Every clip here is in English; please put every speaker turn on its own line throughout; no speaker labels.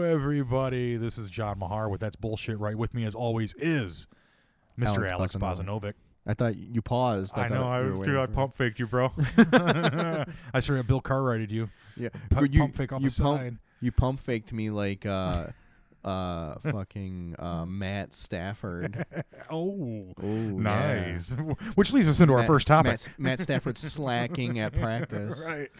everybody. This is John Mahar with That's Bullshit Right. With me, as always, is Mr. Alex,
Alex
Bozanovic.
Bozanovic. I thought you paused.
I
thought
know. I
you were
was,
waiting
dude, I
for-
pump faked you, bro. I swear, Bill Cartwrighted you.
Yeah,
Pu-
But you,
pump fake off
you
the
pump,
side.
You pump faked me like uh, uh, fucking uh, Matt Stafford.
Oh,
Oh,
nice. Which leads us into our first topic.
Matt, Matt Stafford slacking at practice.
right.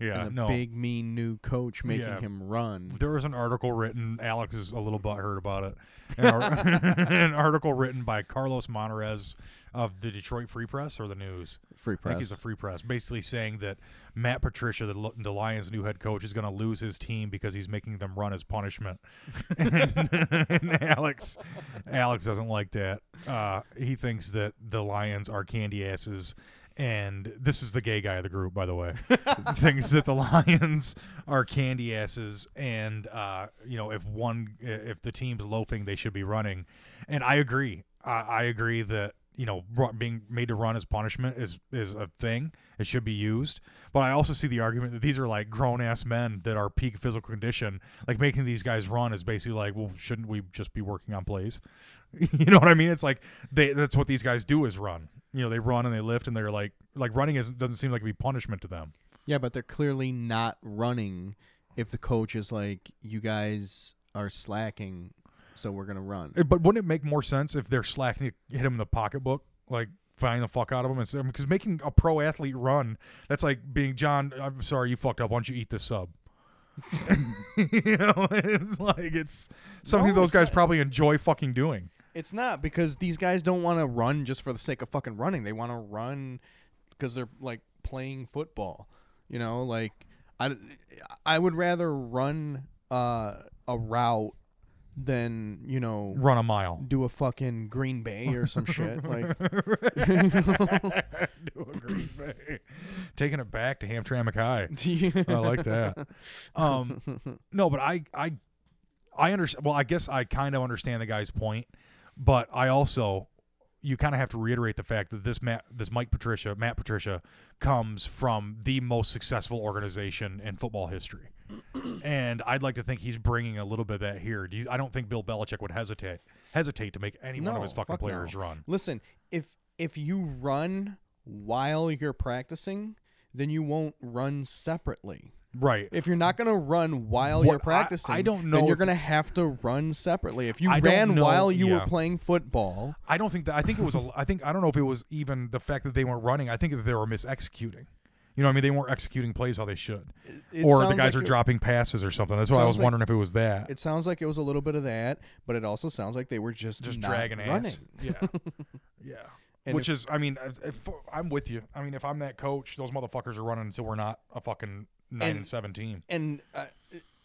Yeah.
And the
no.
big mean new coach making
Yeah.
him run.
there was an article written. Alex is a little butthurt about it. An, ar- an article written by Carlos Monterez of the Detroit Free Press or the News. I
Free press.
think he's a free press, basically saying that Matt Patricia, the, Lo- the Lions' new head coach, is going to lose his team because he's making them run as punishment. and, and Alex, Alex doesn't like that. Uh, he thinks that the Lions are candy asses, and this is the gay guy of the group, by the way. thinks that the Lions are candy asses, and uh, you know, if one, if the team's loafing, they should be running. And I agree. I, I agree that you know ru- being made to run as punishment is is a thing. It should be used. But I also see the argument that these are like grown ass men that are peak physical condition. Like making these guys run is basically like, well, shouldn't we just be working on plays? you know what I mean? It's like they that's what these guys do is run. You know, they run and they lift and they're like like running is doesn't seem like it'd be punishment to them.
Yeah, but they're clearly not running if the coach is like, you guys are slacking, so we're going to run.
Eh, But wouldn't it make more sense if they're slacking to hit him in the pocketbook? Like, find the fuck out of him. Because I mean 'cause making a pro athlete run, that's like being, John, I'm sorry, you fucked up. Why don't you eat this sub? you know, it's like, it's something
No,
those
it's
guys
not.
probably enjoy fucking doing.
It's not because these guys don't want to run just for the sake of fucking running. They want to run because they're like playing football. You know, like I, I would rather run uh, a route than you know
Run a mile.
do a fucking Green Bay or some shit. Like
Do a Green Bay. Taking it back to Hamtramck High. I
yeah,
like that. Um, no, but I, I, I understand. Well, I guess I kind of understand the guy's point, but I also, you kind of have to reiterate the fact that this Matt, this Mike Patricia, Matt Patricia, comes from the most successful organization in football history, and I'd like to think he's bringing a little bit of that here. Do you, I don't think Bill Belichick would hesitate hesitate to make any one of
No,
his fucking
fuck
players
no.
run.
Listen, if if you run while you're practicing, then you won't run separately.
Right.
If you're not gonna run while
What-
you're practicing,
I- I don't know
Then you're
if-
gonna have to run separately. If you
I don't
ran
know-
while you
yeah.
were playing football,
I don't think that. I think it was a. I think I don't know if it was even the fact that they weren't running. I think that they were misexecuting. You know, what I mean, they weren't executing plays how they should,
it
or the
sounds
guys
like
are
it-
dropping passes or something. That's why I
sounds
was
like-
wondering if it was that.
It sounds like it was a little bit of that, but it also sounds like they were just
just
not
dragging
running.
ass. Yeah, yeah.
And
Which is, I mean, if, if, I'm with you. I mean, if I'm that coach, those motherfuckers are running until we're not a fucking nine and,
And-
seventeen.
And uh,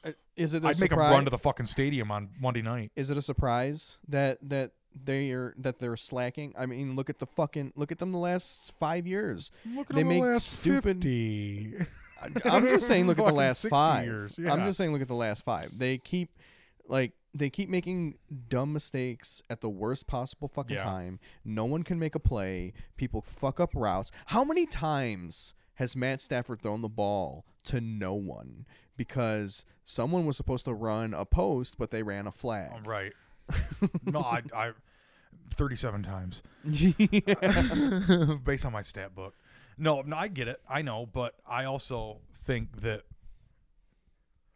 uh, is it a
I'd make them
surprise?
run to the fucking stadium on Monday night.
is it a surprise that that they are that they're slacking? I mean, look at the fucking look at them the last five years.
Look
They make stupid-
fifty.
I- I'm just saying, look at the
Fucking
last
60
five.
years,
I'm
yeah.
just saying, look at the last five. They keep like they keep making dumb mistakes at the worst possible fucking
Yeah.
time. No one can make a play. People fuck up routes. How many times has Matt Stafford thrown the ball to no one because someone was supposed to run a post, but they ran a
I'm
flag?
right. no, I, I, thirty-seven times. based on my stat book. No, no, I get it. I know, but I also think that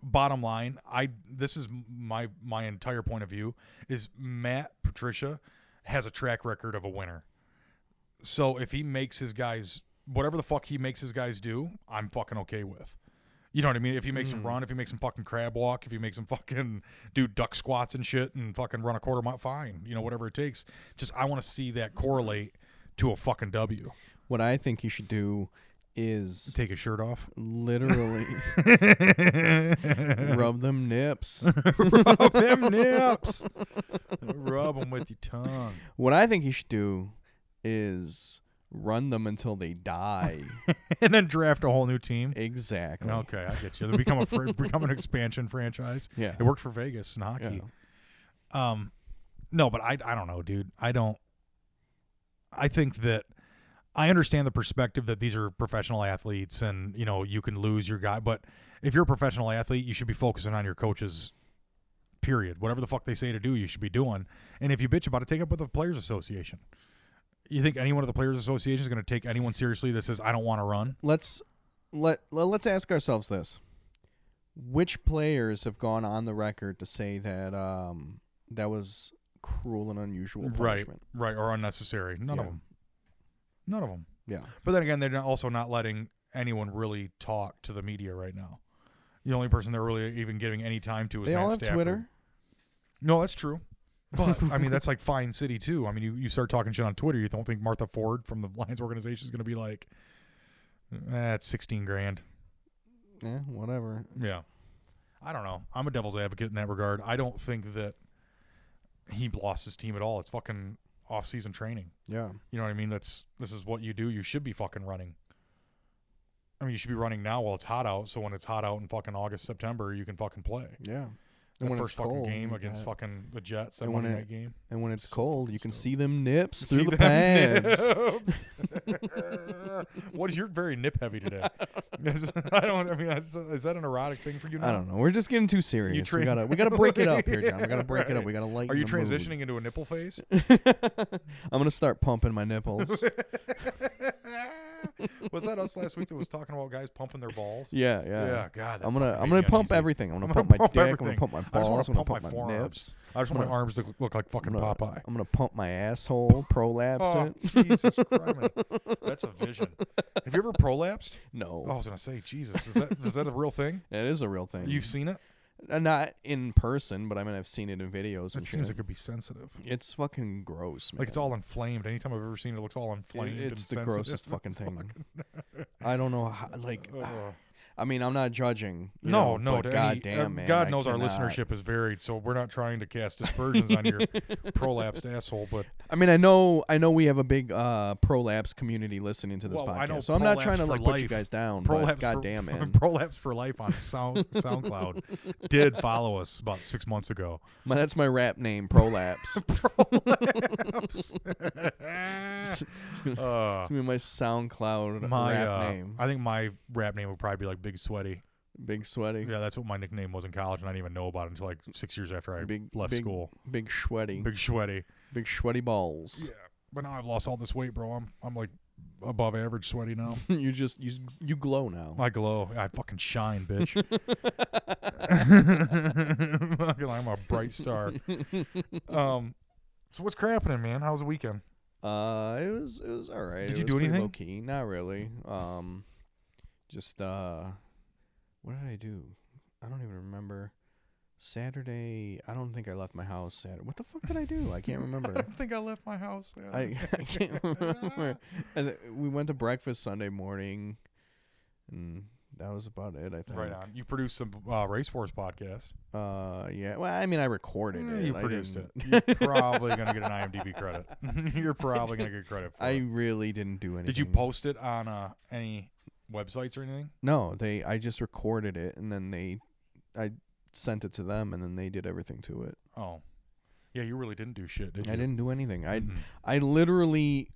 bottom line, I this is my my entire point of view is Matt Patricia has a track record of a winner. So if he makes his guys whatever the fuck he makes his guys do, I'm fucking okay with. You know what I mean? If he makes them run, if he makes them fucking crab walk, if he makes them fucking do duck squats and shit and fucking run a quarter mile, fine. You know, whatever it takes. Just I want to see that correlate to a fucking W.
what I think you should do is
Take his shirt off.
literally rub them nips.
Rub them nips. Rub them with your tongue.
What I think you should do is run them until they die.
And then draft a whole new team.
exactly.
Okay, I get you. They become a fr- become an expansion franchise.
Yeah.
It worked for Vegas in hockey. Um, no, but I I don't know, dude. I don't. I think that I understand the perspective that these are professional athletes, and you know you can lose your guy. But if you're a professional athlete, you should be focusing on your coach's Period. Whatever the fuck they say to do, you should be doing. And if you bitch about it, take it up with the players' association. You think anyone of the players' association is going to take anyone seriously that says I don't want to run?
Let's let le- let's ask ourselves this: Which players have gone on the record to say that um, that was cruel and unusual punishment?
Right, right, or unnecessary. None of
Yeah.
them. None of them.
Yeah,
But then again, they're not- also not letting anyone really talk to the media right now. The only person they're really even giving any time to is
they
Matt
all have
Stafford.
Twitter.
No, that's true. But I mean, that's like Fine City too. I mean, you, you start talking shit on Twitter, you don't think Martha Ford from the Lions organization is going to be like, that's sixteen grand.
Yeah, whatever.
Yeah. I don't know. I'm a devil's advocate in that regard. I don't think that he lost his team at all. It's fucking off-season training.
Yeah,
You know what I mean? That's this is what you do. You should be fucking running. I mean, you should be running now while it's hot out. So when it's hot out in fucking August, September, you can fucking play.
yeah.
The
when
first
it's
fucking
cold,
game
you
against
got-
fucking the Jets. That
And when
Monday
it-
night game.
And when it's
It's
cold, you can
still-
see them nips
See
through the
them
pads.
nips. what is your very nip heavy today? Is- I don't. I mean, that's, is that an erotic thing for you? Now?
I don't know. We're just getting too serious.
tra-
we gotta we gotta break it up here, John. We gotta break it up.
Right.
We gotta lighten.
Are you
the mood.
transitioning into a nipple phase?
I'm gonna start pumping my nipples.
was that us last week that was talking about guys pumping their balls?
yeah, yeah.
God. that
I'm gonna
fucking made
I'm
me
gonna pump
uneasy.
everything. I'm gonna,
I'm
pump
gonna
my
pump
dick. I'm
everything.
gonna pump my
I just want
balls.
to
I'm gonna
pump,
pump
my
my,
forearms.
nips.
I just want
I'm
my arms to look, look like fucking
I'm gonna,
Popeye.
I'm gonna pump my asshole. Prolapse
Oh,
it.
Jesus Christ. That's a vision. Have you ever prolapsed?
No,
Oh, I was going to say, Jesus. Is that, is that a real thing?
that is a real thing.
You've seen it?
Uh, not in person, but I mean I've seen it in videos
That
and
seems
shit.
like it could be sensitive.
it's fucking gross, man.
Like it's all inflamed. Anytime I've ever seen it, it looks all inflamed.
It- it's the
and
grossest
sensitive.
fucking
It's
thing. I don't know. How, like,
fucking- Ugh.
I mean, I'm not judging. you
Oh. no,
know,
no. to
But
any-
goddamn,
uh,
man.
God
I
knows our
cannot.
listenership is varied, so we're not trying to cast dispersions on your prolapsed asshole. But
I mean, I know, I know, we have a big uh, prolapse community listening to this
Well,
podcast,
I know
so I'm not
prolapse
trying to
for
like put you
life.
guys down.
prolapse,
but goddamn,
for,
man,
prolapse for life on Sound SoundCloud did follow us about six months ago.
my, that's my rap name, prolapse. it's
Prolapse.
gonna,
Uh,
it's gonna be my SoundCloud
my,
rap
uh,
name,
I think my rap name would probably be like Big Sweaty.
big sweaty,
Yeah, that's what my nickname was in college, and I didn't even know about it until like six years after I
Big-
left
big-
school.
big sweaty, big,
Big Sweaty.
sweaty balls.
but now I've lost all this weight, bro. I'm I'm like above average sweaty now.
you just you you glow now.
I glow. I fucking shine, bitch. Fucking, I'm a bright star. Um, so what's crappening, man? How was the weekend?
Uh, it was it was all right.
Did
It
you
was
do
pretty Low
anything?
key, not really. Um, just uh, what did I do? I don't even remember. Saturday, I don't think I left my house. Saturday, what the fuck did I do? I can't
I
remember.
don't think I left my house.
I, I can't remember. And th- we went to breakfast Sunday morning, and that was about it. I think.
Right on. You produced some uh, race wars podcast.
Uh, yeah. Well, I mean, I recorded
Eh,
Mm, it.
you
I
produced it.
didn't-
You're probably gonna get an IMDb credit. You're probably gonna get credit for
I
it.
really didn't do anything.
Did you post it on uh, any websites or anything?
No, they. I just recorded it, and then they, I sent it to them, and then they did everything to it.
Oh, yeah. You really didn't do shit, did you?
I didn't do anything. I,
Mhm.
I literally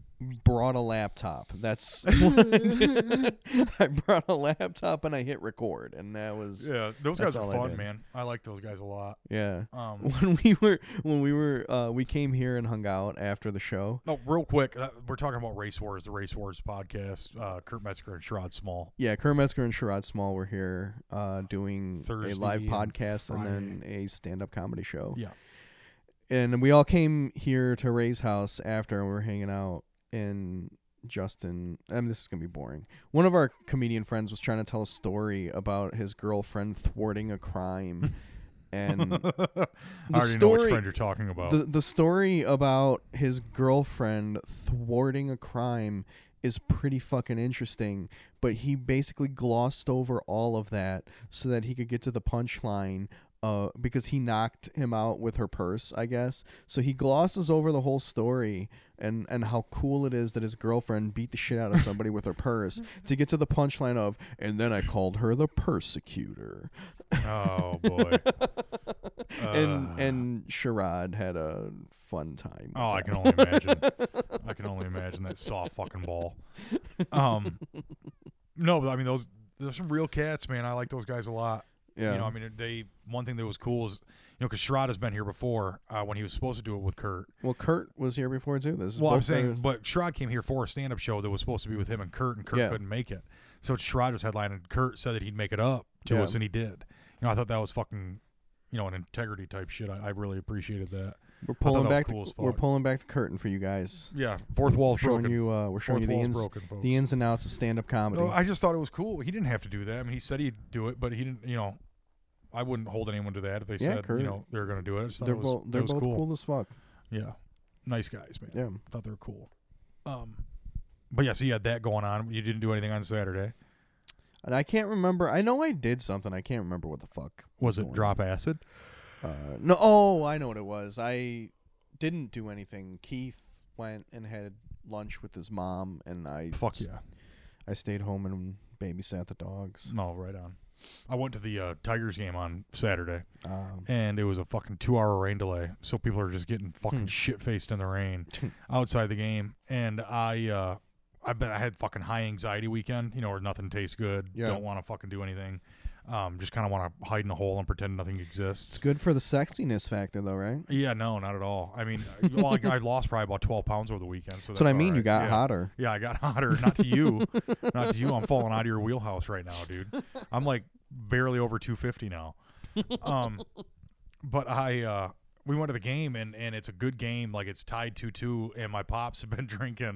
brought a laptop. That's what I did. I brought a laptop and I hit record, and that was
Yeah, those guys
That's
are
all I
fun,
did.
man. I like those guys a lot.
yeah.
Um,
When we were when we were uh, we came here and hung out after the show.
no, real quick, uh, we're talking about Race Wars, the Race Wars podcast. Uh, Kurt Metzger and Sherrod Small.
Yeah, Kerr Metzger and Sherrod Small were here uh, doing
Thursday
a live
and
podcast and, then a stand-up comedy show.
Yeah.
and we all came here to Ray's house after and we were hanging out and Justin I mean this is gonna be boring. One of our comedian friends was trying to tell a story about his girlfriend thwarting a crime and
I already know which
story-
friend you're talking about.
the the story about his girlfriend thwarting a crime is pretty fucking interesting, but he basically glossed over all of that so that he could get to the punchline. Uh, because he knocked him out with her purse, I guess. So he glosses over the whole story and and how cool it is that his girlfriend beat the shit out of somebody with her purse to get to the punchline of, and then I called her the persecutor
oh boy.
and
Uh,
and Sherrod had a fun time. with
oh, I
that.
can only imagine. I can only imagine that soft fucking ball. Um, no, but I mean those. There's some real cats, man. I like those guys a lot.
Yeah.
You know, I mean, they one thing that was cool is, you know, because Schroeder's been here before uh, when he was supposed to do it with Kurt.
well, Kurt was here before too. This is
Well, I'm
both
saying,
their-
but Sherrod came here for a stand-up show that was supposed to be with him and Kurt, and Kurt
Yeah.
couldn't make it. So it's Sherrod was headlining. and Kurt said that he'd make it up to
Yeah.
us, and he did. You know, I thought that was fucking, you know, an integrity type shit. I, I really appreciated that.
we're
that
pulling
was
back.
cool
the,
as
we're
fuck.
pulling back the curtain for you guys.
Yeah, fourth wall
Showing
broken.
you, uh, we're showing
fourth
you the
wall's
ins,
broken, folks.
the ins and outs of stand-up comedy.
No, I just thought it was cool. He didn't have to do that. I mean, he said he'd do it, but he didn't. You know, I wouldn't hold anyone to that if they
Yeah,
said
Kurt.
you know they were going to do it. I just thought
they're
it was,
both,
it
they're
was
both
cool.
cool. as fuck.
Yeah, nice guys, man.
Yeah.
Thought they were cool. Um, but yeah, so you had that going on. You didn't do anything on Saturday.
And I can't remember. I know I did something. I can't remember what the fuck.
Was
going
it
on.
drop acid?
Uh, no. Oh, I know what it was. I didn't do anything. Keith went and had lunch with his mom, and I
Fuck
s-
yeah.
I stayed home and babysat the dogs.
No, right on. I went to the uh, Tigers game on Saturday,
Um,
and it was a fucking two-hour rain delay. So people are just getting fucking
Hmm.
shit-faced in the rain outside the game. And I, uh, I've been, I had fucking high anxiety weekend. You know, where nothing tastes good.
Yeah.
Don't want to fucking do anything. Um, just kind of want to hide in a hole and pretend nothing exists.
it's good for the sexiness factor, though, right?
Yeah, no, not at all. I mean, well, I, I lost probably about twelve pounds over the weekend. So
That's what I
all
mean. You
right.
got
yeah.
hotter.
Yeah, I got hotter. Not to you, not to you. I'm falling out of your wheelhouse right now, dude. I'm like barely over 250 now. Um, but I uh, we went to the game and and it's a good game. Like it's tied 2-2, and my pops have been drinking.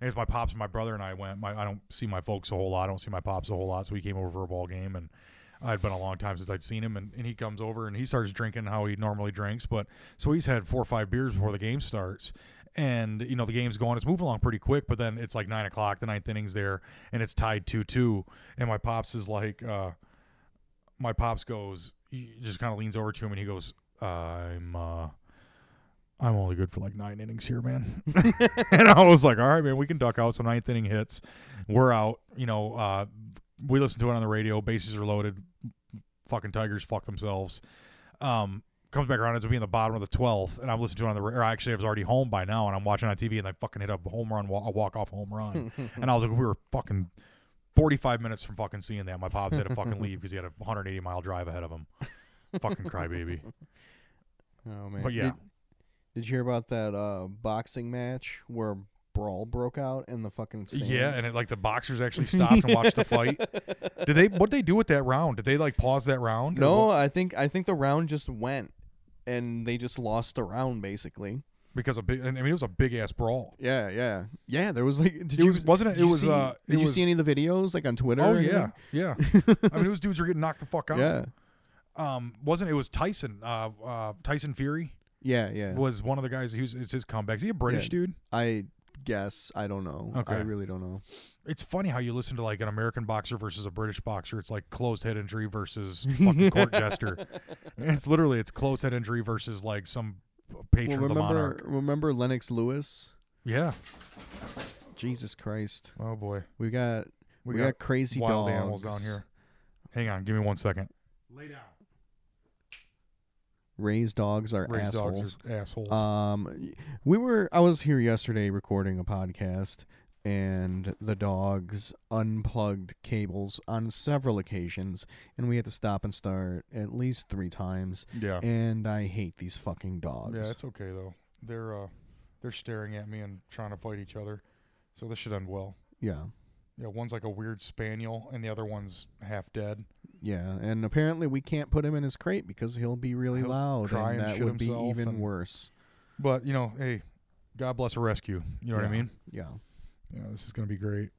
And It's my pops and my brother and I went. My I don't see my folks a whole lot. I don't see my pops a whole lot. So we came over for a ball game and. I'd been a long time since I'd seen him, and, and he comes over and he starts drinking how he normally drinks. But so he's had four or five beers before the game starts, and you know the game's going, it's moving along pretty quick. But then it's like nine o'clock, the ninth inning's there, and it's tied two two. And my pops is like, uh, my pops goes, he just kind of leans over to him and he goes, I'm, uh, I'm only good for like nine innings here, man. and I was like, all right, man, we can duck out some ninth inning hits. We're out. You know, uh, we listen to it on the radio. Bases are loaded. Fucking Tigers fuck themselves. Um, comes back around ends up being the bottom of the twelfth, and I'm listening to it on the. ra- Or actually, I was already home by now, and I'm watching on TV, and they fucking hit a home run, wa- a walk off home run, and I was like, we were fucking. 45 minutes from fucking seeing that. My pops had to fucking leave because he had a 180 mile drive ahead of him. fucking crybaby.
Oh man.
But yeah.
Did, did you hear about that uh, boxing match where brawl broke out in the fucking stands?
Yeah, and it, like the boxers actually stopped and watched the fight. Did they? What they do with that round? Did they like pause that round? or
no,
what?
I think I think the round just went, and they just lost the round basically.
because a big. I mean, it was a big ass brawl.
Yeah, yeah, yeah. There was like, did
It
you
was- wasn't it-
did
it
you
was,
see-
uh, it
did you
was-
see any of the videos like on Twitter?
Oh
or
yeah,
anything?
yeah. I mean, those dudes were getting knocked the fuck out.
yeah,
Um, wasn't it was Tyson? Uh, uh, Tyson Fury
yeah, yeah.
was one of the guys. Who's it's his comeback? Is he a British
Yeah.
dude?
I guess I don't know. I
Okay.
really don't know.
It's funny how you listen to like an American boxer versus a British boxer. It's like closed head injury versus fucking court jester. It's literally it's closed head injury versus like some patron
Well,
of the
remember,
monarch.
remember Lennox Lewis?
Yeah.
Jesus Christ,
Oh boy.
we got we, got, crazy
wild
dogs.
animals down here. Hang on, give me one second.
Raised dogs are
Raised dogs
assholes.
are assholes.
Um, we were. I was here yesterday recording a podcast, and the dogs unplugged cables on several occasions, and we had to stop and start at least three times.
yeah,
And I hate these fucking
yeah,
dogs.
it's okay though. They're uh, they're staring at me and trying to fight each other, so this should end well.
Yeah,
Yeah, one's like a weird spaniel, and the other one's half dead.
yeah. And apparently, we can't put him in his crate because he'll be really
He'll
loud,
cry
and
and
that
shit
would be
himself
even
and-
worse.
But you know, hey, God bless a rescue. You know what I
Yeah.
mean?
Yeah.
Um, Yeah, this is gonna be great.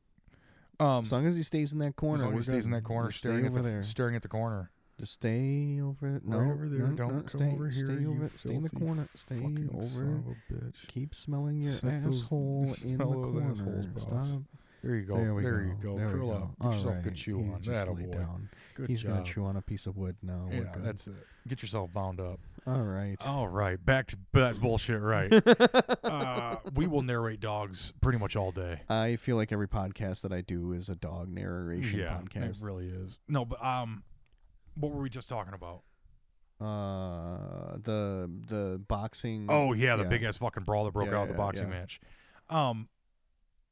Um,
As long as he stays in that corner,
as long
we're
as he stays in
good.
that corner,
Just stay
staring at
over
the
there.
staring at the corner.
Just stay over. No,
right over there.
no,
Don't
no,
come
stay,
over here.
Stay
you
over. Stay in the
filthy
corner. Stay
Fucking
over.
son of a bitch.
Keep smelling your
Sniff those-
asshole in the
smell those
corner.
assholes, boss.
Stop.
There you go.
there
There,
we go.
you go.
There
Curl
we
up.
go.
Get yourself
Alright,
a good chew
he
on.
Just
That
lay down.
Good
He's gonna
job.
chew on a piece of wood now.
Yeah,
We're good.
that's it. Get yourself bound up.
All right.
All right, back to that's bullshit. Right, uh, we will narrate dogs pretty much all day.
I feel like every podcast that I do is a dog narration
Yeah, it
podcast.
really is. No, but um, what were we just talking about?
Uh, the the boxing.
Oh yeah, the
yeah.
big ass fucking brawl that broke
Yeah,
out the
yeah,
boxing
yeah.
match. Um,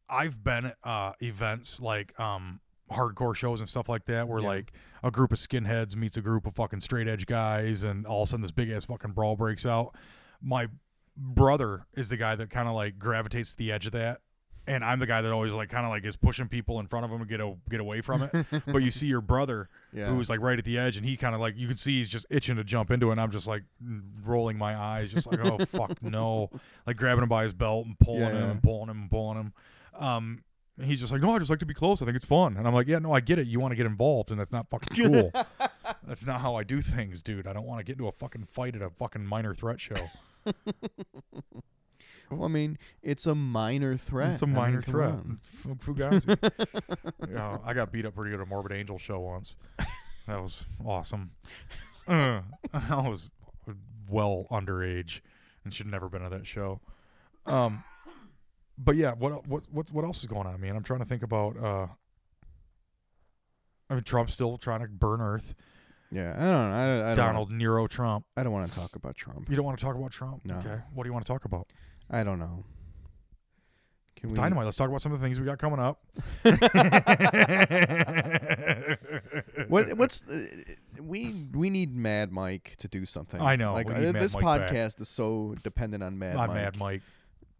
I've been at uh, events like um hardcore shows and stuff like that where
Yeah.
like a group of skinheads meets a group of fucking straight edge guys and all of a sudden this big ass fucking brawl breaks out my brother is the guy that kind of like gravitates to the edge of that and i'm the guy that always like kind of like is pushing people in front of him to get, a, get away from it but you see your brother
Yeah.
who's like right at the edge and he kind of like you can see he's just itching to jump into it and i'm just like rolling my eyes just like oh fuck no like grabbing him by his belt and pulling
Yeah,
him
yeah.
and pulling him and pulling him um and he's just like no i just like to be close i think it's fun and i'm like yeah no i get it you want to get involved and that's not fucking cool that's not how i do things dude i don't want to get into a fucking fight at a fucking minor threat show
Well, I mean, it's a minor threat.
it's a
I mean,
minor
come
threat
on.
F- fugazi you know, i got beat up pretty good at a morbid angel show once that was awesome Uh, i was well underage and should never been at that show um but yeah what el- what what what else is going on man i'm trying to think about uh I mean, Trump's still trying to burn Earth.
Yeah, I don't know. I, don't- I don't
Donald Nero Trump.
I don't want to talk about Trump.
You don't want to talk about Trump?
No.
Okay. What do you want to talk about?
I don't know. Can we?
Dynamite. Let's talk about some of the things we got coming up.
What? What's? Uh, we we need Mad Mike to do something.
I know,
Like
we
uh,
need Mad
this
Mike back.
podcast is so dependent on Mad
I'm
Mike.
Mad Mike.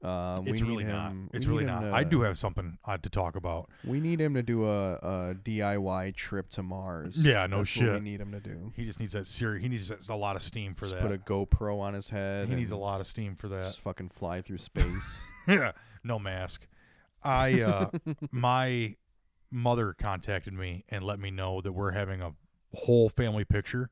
Uh, we
It's
need
really
him,
not.
we
It's
need
really
him
not.
To,
I do have something uh, to talk about.
We need him to do a, a DIY trip to Mars.
Yeah, no
That's What we
shit.
need him to do.
He just needs that series. He needs a lot of steam for
Just
that.
put a GoPro on his head.
he needs a
and
lot of steam for that.
Just fucking fly through space.
Yeah. no mask. I uh, my mother contacted me and let me know that we're having a whole family picture.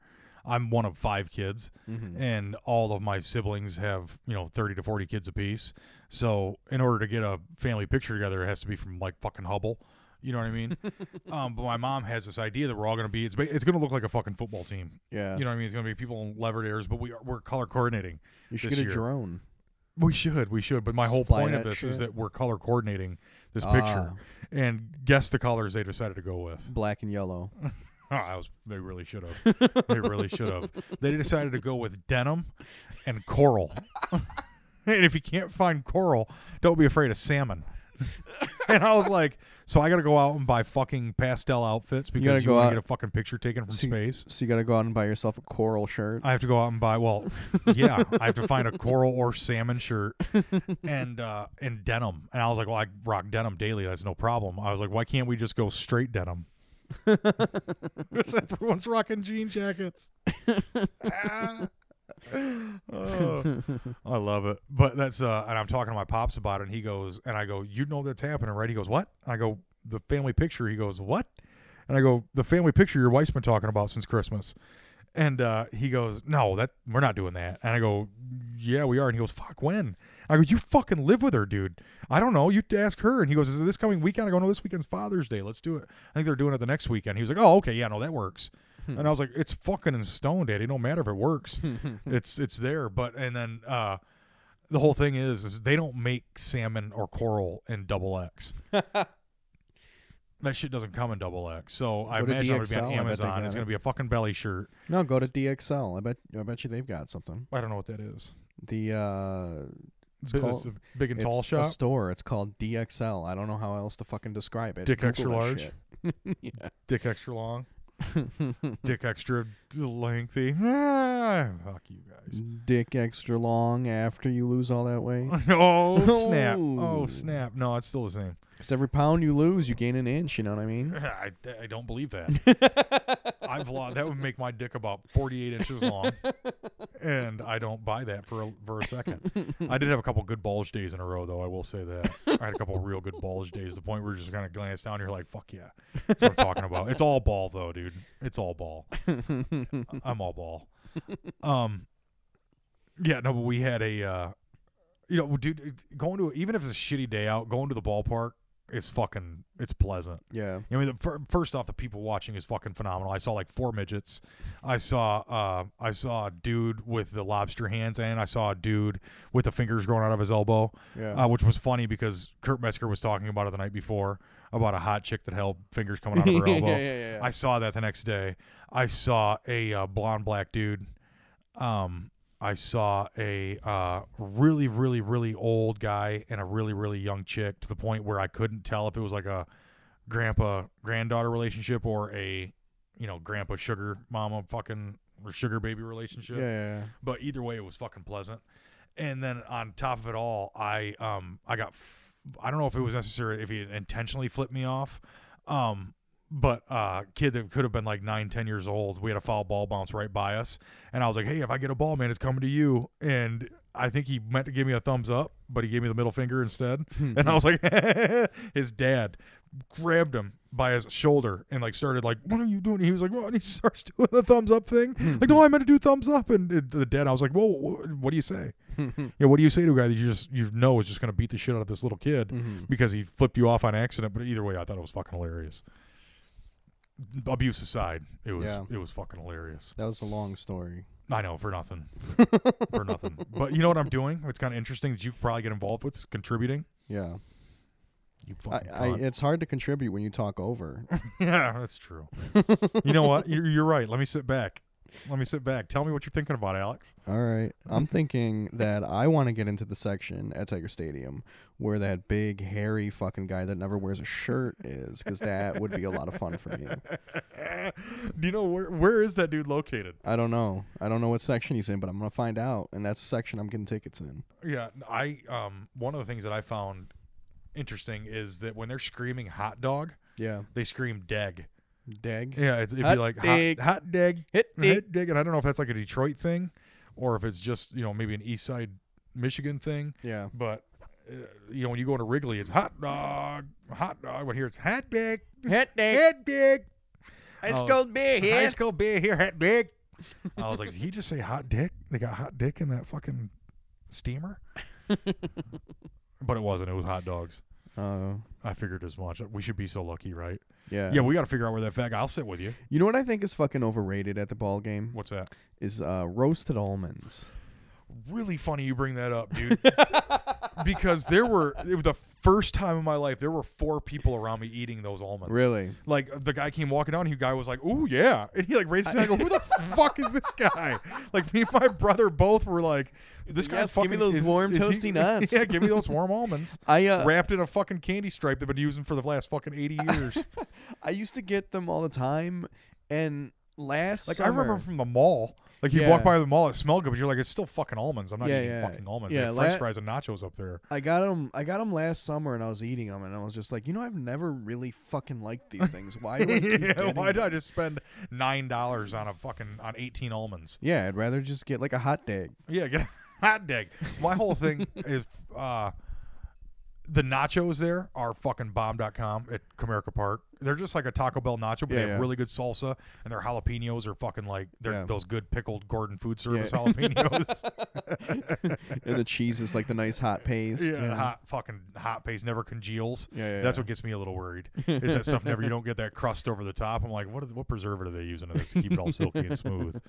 I'm one of five kids.
Mhm.
and all of my siblings have you know 30 to 40 kids apiece so in order to get a family picture together it has to be from like fucking hubble you know what i mean um, but my mom has this idea that we're all going to be it's, ba- it's going to look like a fucking football team
Yeah.
you know what i mean it's going to be people in levered airs but we are, we're color coordinating
You should
this
get a
year.
drone.
we should we should but my
Just
whole
fly
point of
that
this is
shit.
that we're color coordinating this picture
Ah,
and guess the colors they decided to go with
black and yellow.
Oh, I was. They really should have. they really should have. They decided to go with denim and coral. and if you can't find coral, don't be afraid of salmon. and I was like, so I got to go out and buy fucking pastel outfits because you,
gotta
want
go
to
out-
get a fucking picture taken from
So you-
space.
So you got to go out and buy yourself a coral shirt.
I have to go out and buy. Well, yeah, I have to find a coral or salmon shirt and uh, and denim. And I was like, well, I rock denim daily. That's no problem. I was like, why can't we just go straight denim? Because everyone's rocking jean jackets. Ah. Oh, I love it. But that's uh, and I'm talking to my pops about it, and he goes, and I go, you know that's happening, right? He goes, what? And I go, the family picture. He goes, what? And I go, the family picture your wife's been talking about since Christmas. And uh, he goes, "No, that we're not doing that." And I go, "Yeah, we are." And he goes, "Fuck, when?" I go, "You fucking live with her, dude. I don't know. You have to ask her." And he goes, "Is it this coming weekend?" I go, "No, this weekend's Father's Day. Let's do it." I think they're doing it the next weekend. He was like, "Oh, okay, yeah, no, that works."
Hmm.
And I was like, "It's fucking in stone, Daddy. No matter if it works,
Hmm.
it's it's there." But and then uh, the whole thing is, is they don't make salmon or coral in double X. That shit doesn't come in double X, so I
Go to
imagine it's gonna be
DXL,
on
I bet they
Amazon.
got
It's gonna
it.
be a fucking belly shirt.
No, go to DXL. I bet I bet you they've got something.
I don't know what that is.
The uh
It's,
Bi-
called,
it's
big and
it's
tall shop.
a store. It's called DXL. I don't know how else to fucking describe it.
Dick
Google
extra
that
large?
shit.
dick extra long. dick extra lengthy. Ah, fuck you guys.
Dick extra long after you lose all that weight.
Oh snap! Oh
Oh.
snap! No, it's still the same.
Because every pound you lose, you gain an inch. You know what I mean?
I, I don't believe that. I've lost. That would make my dick about forty-eight inches long, and I don't buy that for a, for a second. I did have a couple good bulge days in a row, though. I will say that I had a couple real good bulge days. The point where you just kind of glance down, you're like, "Fuck yeah!" That's what I'm talking about. It's all ball, though, dude. It's all ball. I'm all ball. Um, yeah, no, but we had a, uh, you know, dude, it- going to even if it's a shitty day out, going to the ballpark is fucking, it's pleasant.
Yeah.
I mean, the, fir- first off, the people watching is fucking phenomenal. I saw like four midgets. I saw, uh, I saw a dude with the lobster hands, and I saw a dude with the fingers growing out of his elbow
Yeah.
uh, which was funny because Kurt Metzger was talking about it the night before about a hot chick that held fingers coming out of her
Yeah,
elbow.
yeah, yeah, yeah.
I saw that the next day. I saw a uh, blonde black dude. Um, I saw a uh, really, really, really old guy and a really, really young chick to the point where I couldn't tell if it was like a grandpa granddaughter relationship or a you know grandpa sugar mama fucking or sugar baby relationship.
Yeah, yeah,
But either way, it was fucking pleasant. And then on top of it all, I um I got f- I don't know if it was necessary if he intentionally flipped me off, um but uh kid that could have been like nine ten years old we had a foul ball bounce right by us and i was like hey if i get a ball man it's coming to you and i think he meant to give me a thumbs up but he gave me the middle finger instead and i was like his dad grabbed him by his shoulder and like started like what are you doing he was like what and he starts doing the thumbs up thing like no i meant to do thumbs up and it- the dad i was like whoa wh- what do you say
yeah.
yeah what do you say to a guy that you just you know is just gonna beat the shit out of this little kid
Mhm.
because he flipped you off on accident. But either way, I thought it was fucking hilarious. Abuse aside, it was
Yeah.
it was fucking hilarious.
That was a long story.
I know for nothing, for nothing. But you know what I'm doing? It's kind of interesting that you could probably get involved with contributing.
Yeah,
You
I,
fucking
I,
cunt.
it's hard to contribute when you talk over.
yeah, that's true. you know what? You're, you're right. Let me sit back. Let me sit back. Tell me what you're thinking about, Alex.
All right, I'm thinking that I want to get into the section at Tiger Stadium where that big hairy fucking guy that never wears a shirt is, because that would be a lot of fun for me.
Do you know where where is that dude located?
I don't know. I don't know what section he's in, but I'm gonna find out, and that's the section I'm getting tickets in.
Yeah, I um one of the things that I found interesting is that when they're screaming hot dog,
Yeah,
they scream deg.
Dag.
Yeah, it's, it'd
Hot
be like
dig.
hot, hot dig,
Hit
hit dig, and I don't know if that's like a Detroit thing, or if it's just you know maybe an East Side Michigan thing.
Yeah.
But uh, you know when you go to Wrigley, it's hot dog, hot dog. But here it's hot dig,
Hit
hot dig,
Ice
Oh.
cold beer
high school beer here, hot dig. I was like, did he just say hot dick? They got hot dick in that fucking steamer. but it wasn't. It was hot dogs.
Oh,
I figured as much. We should be so lucky, right?
yeah.
Yeah, we got to figure out where that fat. I'll sit with you.
You know what I think is fucking overrated at the ball game
What's that?
is uh, roasted almonds.
really funny you bring that up, dude. because there were it was the first time in my life there were four people around me eating those almonds.
Really?
Like the guy came walking down, he guy was like, "Ooh, yeah," and he like raised his hand. I go, Who the fuck is this guy? Like me and my brother both were like, "This guy
Yes, give me
fucking
those
is-
warm
is he-
toasty nuts.
Yeah, give me those warm almonds."
I uh,
Wrapped in a fucking candy stripe they've been using for the last fucking eighty years.
I used to get them all the time, and last
Like I
summer,
remember from the mall. Like you walk
Yeah.
by the mall, it smelled good, but you're like, it's still fucking almonds. I'm not
Yeah,
eating
yeah.
fucking almonds.
Yeah,
Yeah, French
la-
fries and nachos up there.
I got them. I got 'em last summer, and I was eating them, and I was just like, you know, I've never really fucking liked these things. Why? Do I keep
yeah,
getting
why did
them?
I just spend nine dollars on a fucking on eighteen almonds?
Yeah, I'd rather just get like a hot dog.
Yeah, get a hot dog. My whole thing is uh the nachos there are fucking bomb.com at Comerica Park. They're just like a Taco Bell nacho, but
Yeah,
they have
yeah.
really good salsa and their jalapenos are fucking like they're
Yeah.
those good pickled Gordon food service jalapenos.
and the cheese is like the nice hot paste.
yeah, hot fucking hot paste never congeals.
Yeah, yeah,
That's
yeah.
what gets me a little worried. Is that stuff never you don't get that crust over the top. I'm like, what are, what preservative are they using in this to keep it all silky and smooth?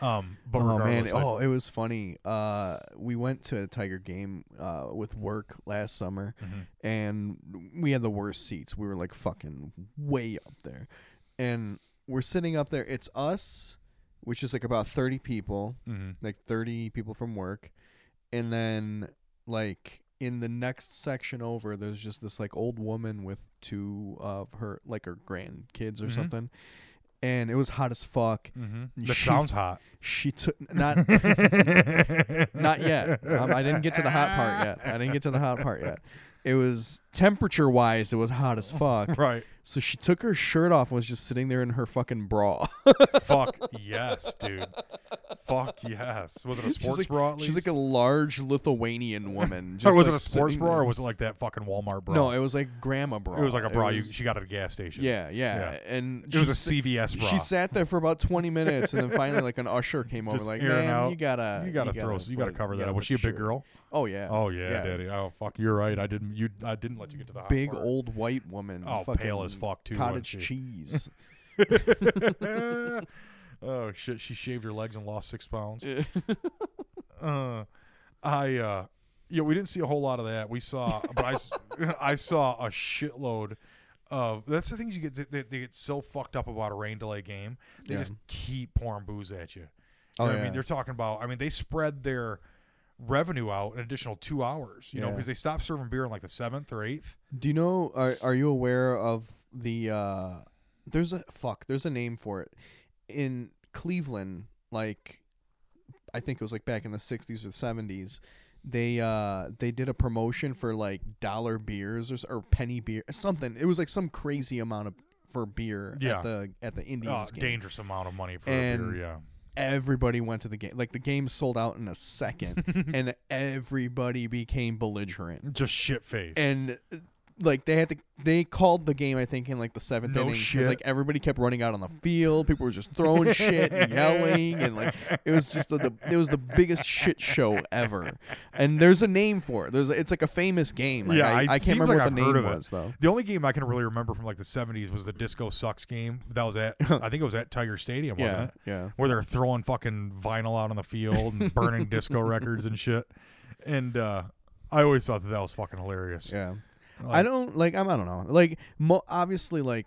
Um, but
Oh man!
regardless, I-
Oh, it was funny. Uh, we went to a Tiger game uh, with work last summer,
mm-hmm,
and we had the worst seats. We were like fucking way up there, and we're sitting up there. It's us, which is like about thirty people,
mhm.
like thirty people from work, and then like in the next section over, there's just this like old woman with two of her like her grandkids or
Mhm.
something, and it was hot as fuck.
Mhm. that
She-
sounds hot.
She took not not
Not
yet. Um, I didn't get to the hot part yet. I didn't get to the hot part yet. It was temperature wise, it was hot as fuck.
Right.
So she took her shirt off and was just sitting there in her fucking bra.
Fuck yes, dude. Fuck yes. Was it a sports
she's like,
bra? At least?
she's like a large Lithuanian woman.
Or
just,
was it
like,
a sports
sitting
bra, or
there.
was it like that fucking Walmart bra?
No, it was like grandma bra.
it was like a bra you
was-
she got at a gas station.
yeah, yeah,
Yeah.
and
It was a
she
CVS bra.
She sat there for about twenty minutes, and then finally, like an usher came over,
Just
like,
airing
"Man,
out.
you gotta,
you gotta throw. you gotta
like,
cover
you
that
gotta
up. Was
put
she a
your
big
shirt-
girl?
Oh yeah,
Oh yeah,
Yeah.
daddy. Oh fuck, you're right. I didn't. You. I didn't let you get to the hot
big
part.
old white woman.
Oh,
fucking
pale as fuck, too, wasn't
Cottage
she?
cheese.
oh shit, she shaved her legs and lost six pounds. uh, I. uh yeah, we didn't see a whole lot of that. We saw, but I, s- I saw a shitload of. That's the things you get. They, they get so fucked up about a rain delay game. They
Yeah.
just keep pouring booze at you. You know
Oh,
what I
yeah.
mean, they're talking about. I mean, they spread their revenue out an additional two hours. You know,
Yeah.
because they stopped serving beer on like the seventh or eighth.
Do you know? Are, are you aware of the? Uh, there's a fuck. There's a name for it in Cleveland. Like, I think it was like back in the '60s or '70s. They uh they did a promotion for like dollar beers or, s- or penny beer something. It was like some crazy amount of for beer
Yeah.
at the at the
Uh,
Indians game.
dangerous amount of money for a
And-
beer. Yeah.
Everybody went to the game. Like the game sold out in a second, and everybody became belligerent.
Just shit face.
and uh, like they had to they called the game I think in like the seventh
No
inning
shit.
like everybody kept running out on the field. People were just throwing shit and yelling and like it was just the, the it was the biggest shit show ever. And there's a name for it. There's a- it's like a famous game. Like,
Yeah,
I,
it
I can't
seems
remember
like
what
I've
the
heard
name
of it.
was though.
the only game I can really remember from like the '70s was the Disco Sucks game. That was at I think it was at Tiger Stadium, wasn't
Yeah,
it?
yeah.
where they're throwing fucking vinyl out on the field and burning disco records and shit. And uh, I always thought that that was fucking hilarious.
Yeah. I
Like-
don't like. I'm. I don't know. Like, mo- obviously, like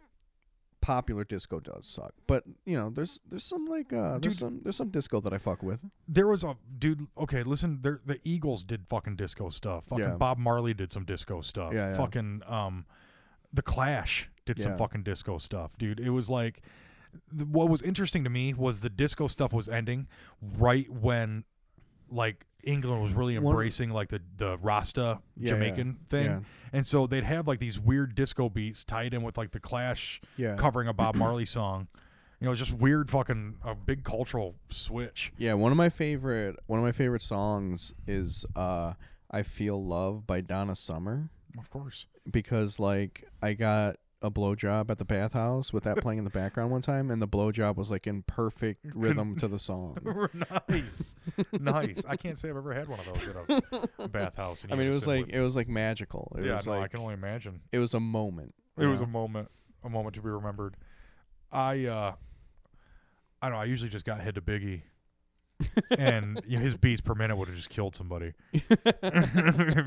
popular disco does suck, but you know, there's there's some like uh, there's
Dude.
some there's some disco that I fuck with.
There was a dude. Okay, listen. there- The Eagles did fucking disco stuff. Fucking
Yeah.
Bob Marley did some disco stuff.
Yeah, yeah.
Fucking um, the Clash did some
Yeah.
fucking disco stuff, dude. It was like th- what was interesting to me was the disco stuff was ending right when like England was really
One-
embracing like the the Rasta
Yeah,
Jamaican thing.
yeah.
And so they'd have like these weird disco beats tied in with like the Clash
Yeah.
covering a Bob Marley song. You know, it's just weird fucking a big cultural switch.
Yeah, one of my favorite one of my favorite songs is uh I Feel Love by Donna Summer
Of course.
because like I got a blowjob at the bathhouse with that playing in the background one time and the blowjob was like in perfect rhythm to the song.
nice. nice. I can't say I've ever had one of those at a bathhouse. in
I mean it was
unison
like
with-
it was like magical. It
yeah,
was
no, I
like
can only imagine.
it was a moment.
It
you
was a
know?
moment, a moment to be remembered. I, uh, I don't know. I usually just got hit to Biggie, and you know, his beats per minute would have just killed somebody if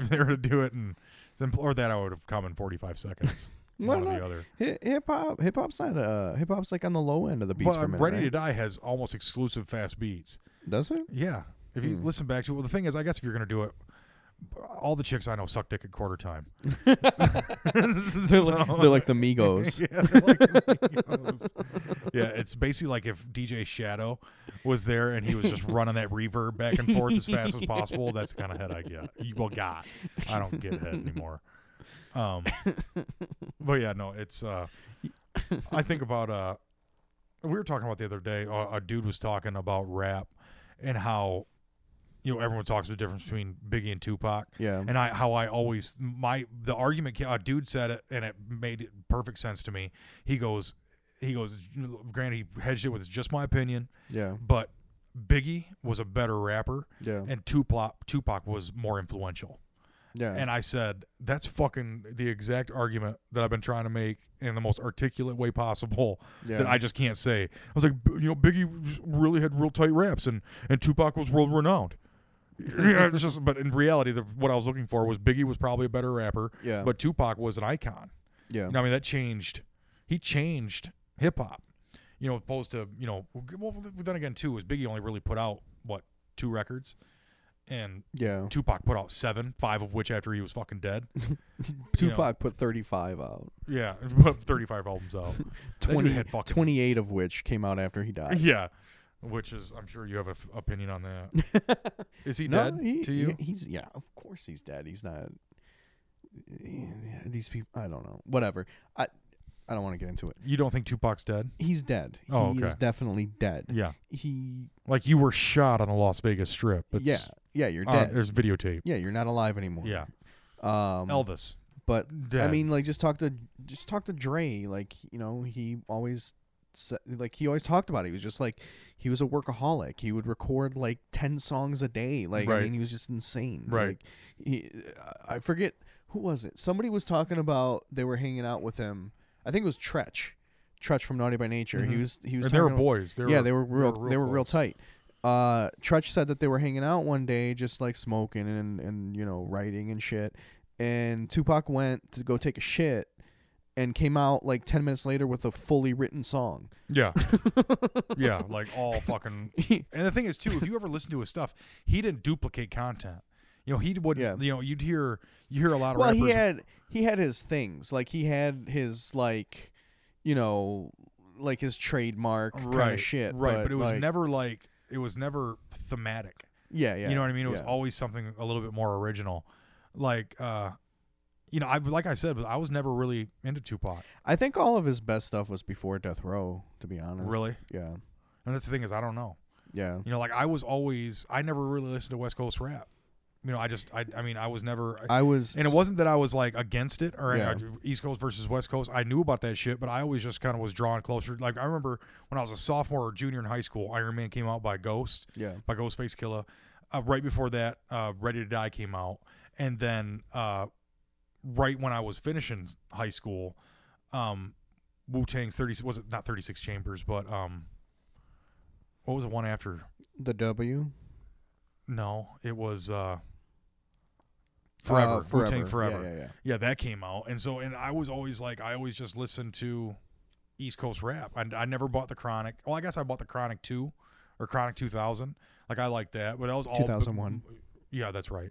they were to do it, and then or that I would have come in forty five seconds.
No,
one or
no.
the other.
Hi- hip hop hip hop's not uh hip hop's like on the low end of the beats
But
per minute.
Ready to
right?
Die has almost exclusive fast beats.
Does it?
Yeah. If you
Hmm.
listen back to well, the thing is, I guess if you're gonna do it, all the chicks I know suck dick at quarter time.
They're like, they're like the Migos.
yeah, they're like amigos. yeah, it's basically like if DJ Shadow was there and he was just running that reverb back and forth as fast as possible. That's the kind of head I get. You- Well, God, I don't get head anymore. Um, but yeah, no, it's. Uh, I think about. Uh, we were talking about the other day. Uh, a dude was talking about rap and how, you know, everyone talks the difference between Biggie and Tupac
Yeah.
and I how I always my the argument ca- a dude said it and it made it perfect sense to me. He goes, he goes. Granted, he hedged it with "It's just my opinion,
Yeah.
but Biggie was a better rapper,
Yeah.
and Tupac Tupac was more influential.
Yeah.
And I said that's fucking the exact argument that I've been trying to make in the most articulate way possible
yeah.
that I just can't say. I was like, "B- you know, Biggie really had real tight raps, and and Tupac was world renowned. yeah, it's just, but in reality, the, what I was looking for was Biggie was probably a better rapper,
yeah.
but Tupac was an icon.
yeah.
You know, I mean, that changed. He changed hip hop. You know, opposed to you know, well, then again, too, was Biggie only really put out what two records, and
Yeah.
Tupac put out seven, five of which after he was fucking dead. you know.
Tupac put 35 out.
Yeah, put thirty-five albums out. dude
20,
had fucking-
28 of which came out after he died.
yeah, which is I'm sure you have an f- opinion on that. Is he
No,
dead
he-
to you?
he- he's yeah, of course he's dead. He's not eh, these people I don't know. Whatever. I I don't want to get into it.
You don't think Tupac's dead?
He's dead.
Oh,
he
okay.
is definitely dead.
Yeah,
He
like you were shot on the Las Vegas Strip. It's,
Yeah. Yeah, you're
uh,
dead.
there's videotape.
yeah, you're not alive anymore.
Yeah,
Um
Elvis.
but
Dead.
I mean, like, just talk to just talk to Dre. Like, you know, he always sa- like he always talked about it. He was just like he was a workaholic. He would record like ten songs a day. Like, I
Right.
mean, he was just insane.
Right.
Like, he, I forget who was it. Somebody was talking about they were hanging out with him. I think it was Tretch, Tretch from Naughty by Nature. He
Mhm.
was he was.
and they were
talking-
boys. They were,
yeah, they were real. They were real,
close.
tight. Uh, Trutch said that they were hanging out one day, just like smoking and and you know writing and shit. And Tupac went to go take a shit, and came out like 10 minutes later with a fully written song.
Yeah. yeah, like all fucking And the thing is too, if you ever listen to his stuff, he didn't duplicate content. You know, he wouldn't
Yeah.
you know, you'd hear you hear a lot of
well,
rappers
he had he had his things. Like he had his like you know, like his trademark kind of shit.
Right, but,
but,
it was
like-
never like it was never thematic.
Yeah, yeah.
you know what I mean? It was
yeah.
always something a little bit more original. Like uh you know, I like I said, I was never really into Tupac.
I think all of his best stuff was before Death Row, to be honest.
Really?
Yeah.
And that's the thing is I don't know.
Yeah.
You know, like I was always I never really listened to West Coast rap. You know, I just I I mean, I was never
I was
and it wasn't that I was like against it or
Yeah.
uh, East Coast versus West Coast. I knew about that shit, but I always just kind of was drawn closer. Like I remember when I was a sophomore or junior in high school, Iron Man came out by Ghost,
Yeah.
by Ghostface Killer. Uh, right before that, uh, Ready to Die came out, and then uh, right when I was finishing high school, um, Wu Tang's thirty was it not thirty six Chambers, but um, what was the one after?
The W.
No, it was uh, Forever.
Uh, forever.
Wu-Tang Forever.
Yeah, yeah, yeah.
Yeah, that came out, and so and I was always like, I always just listened to East Coast rap. I, I never bought the Chronic. Well, I guess I bought the Chronic Two or Chronic Two Thousand. Like I like that, but that was all
2001.
Yeah, that's right.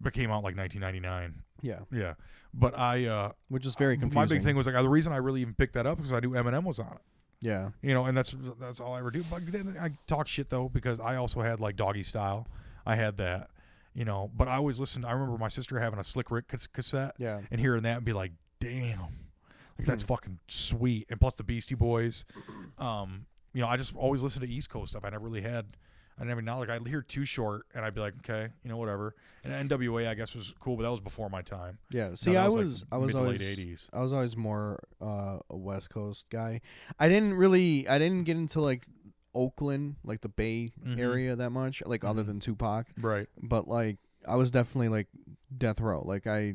But came out like 1999.
Yeah.
Yeah, but I uh,
Which is very confusing.
my big thing was like the reason I really even picked that up because I knew Eminem was on it.
Yeah.
You know, and that's that's all I ever do. But then I talk shit though because I also had like Doggy Style. I had that. You know, but I always listened. I remember my sister having a Slick Rick cas- cassette
Yeah.
and hearing that and be like, damn, like
Hmm.
that's fucking sweet. And plus the Beastie Boys, um, you know, I just always listened to East Coast stuff. I never really had, I never now like I'd hear Too Short and I'd be like, okay, you know, whatever. And NWA I guess was cool, but that was before my time.
Yeah. See,
that
I
was, like, mid
was I was
to late
always
80s.
I was always more uh, a West Coast guy. I didn't really I didn't get into like Oakland, like the Bay
Mhm.
area that much, like other
Mm-hmm.
than Tupac,
Right.
but like I was definitely like Death Row. Like I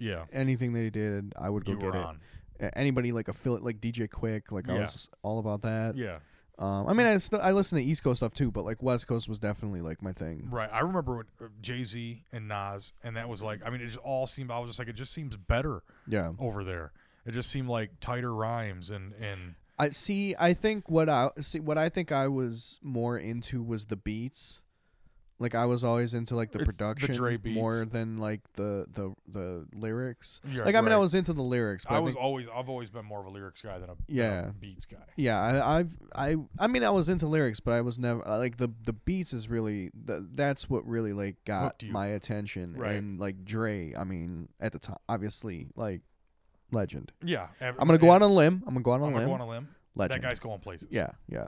Yeah.
anything they did, I would go
You
get
were
it.
on.
A- Anybody like affiliate like DJ Quick, like I
Yeah.
was all about that.
Yeah.
Um, I mean, I still I listen to East Coast stuff too, but like West Coast was definitely like my thing.
Right. I remember Jay Z and Nas, and that was like, I mean, it just all seemed. I was just like, it just seems better
Yeah.
over there. It just seemed like tighter rhymes and and
I see. I think what I see what I think I was more into was the beats. Like I was always into like the
It's the
production
Dre beats.
more than like the the the lyrics.
Yeah,
like I mean, I
right.
was into the lyrics. But I,
I was
think-
always I've always been more of a lyrics guy than a, than a
Yeah.
beats guy.
yeah, I, I've I I mean, I was into lyrics, but I was never I- like the the beats is really the, that's what really like got
Hooked you.
my attention.
Right.
And like Dre, I mean, at the time, obviously, like legend.
Yeah, ev-
I'm gonna go
yeah.
out on a limb. I'm gonna go out
I'm
on a
gonna
limb.
go on a limb.
legend.
That guy's going places.
yeah, yeah,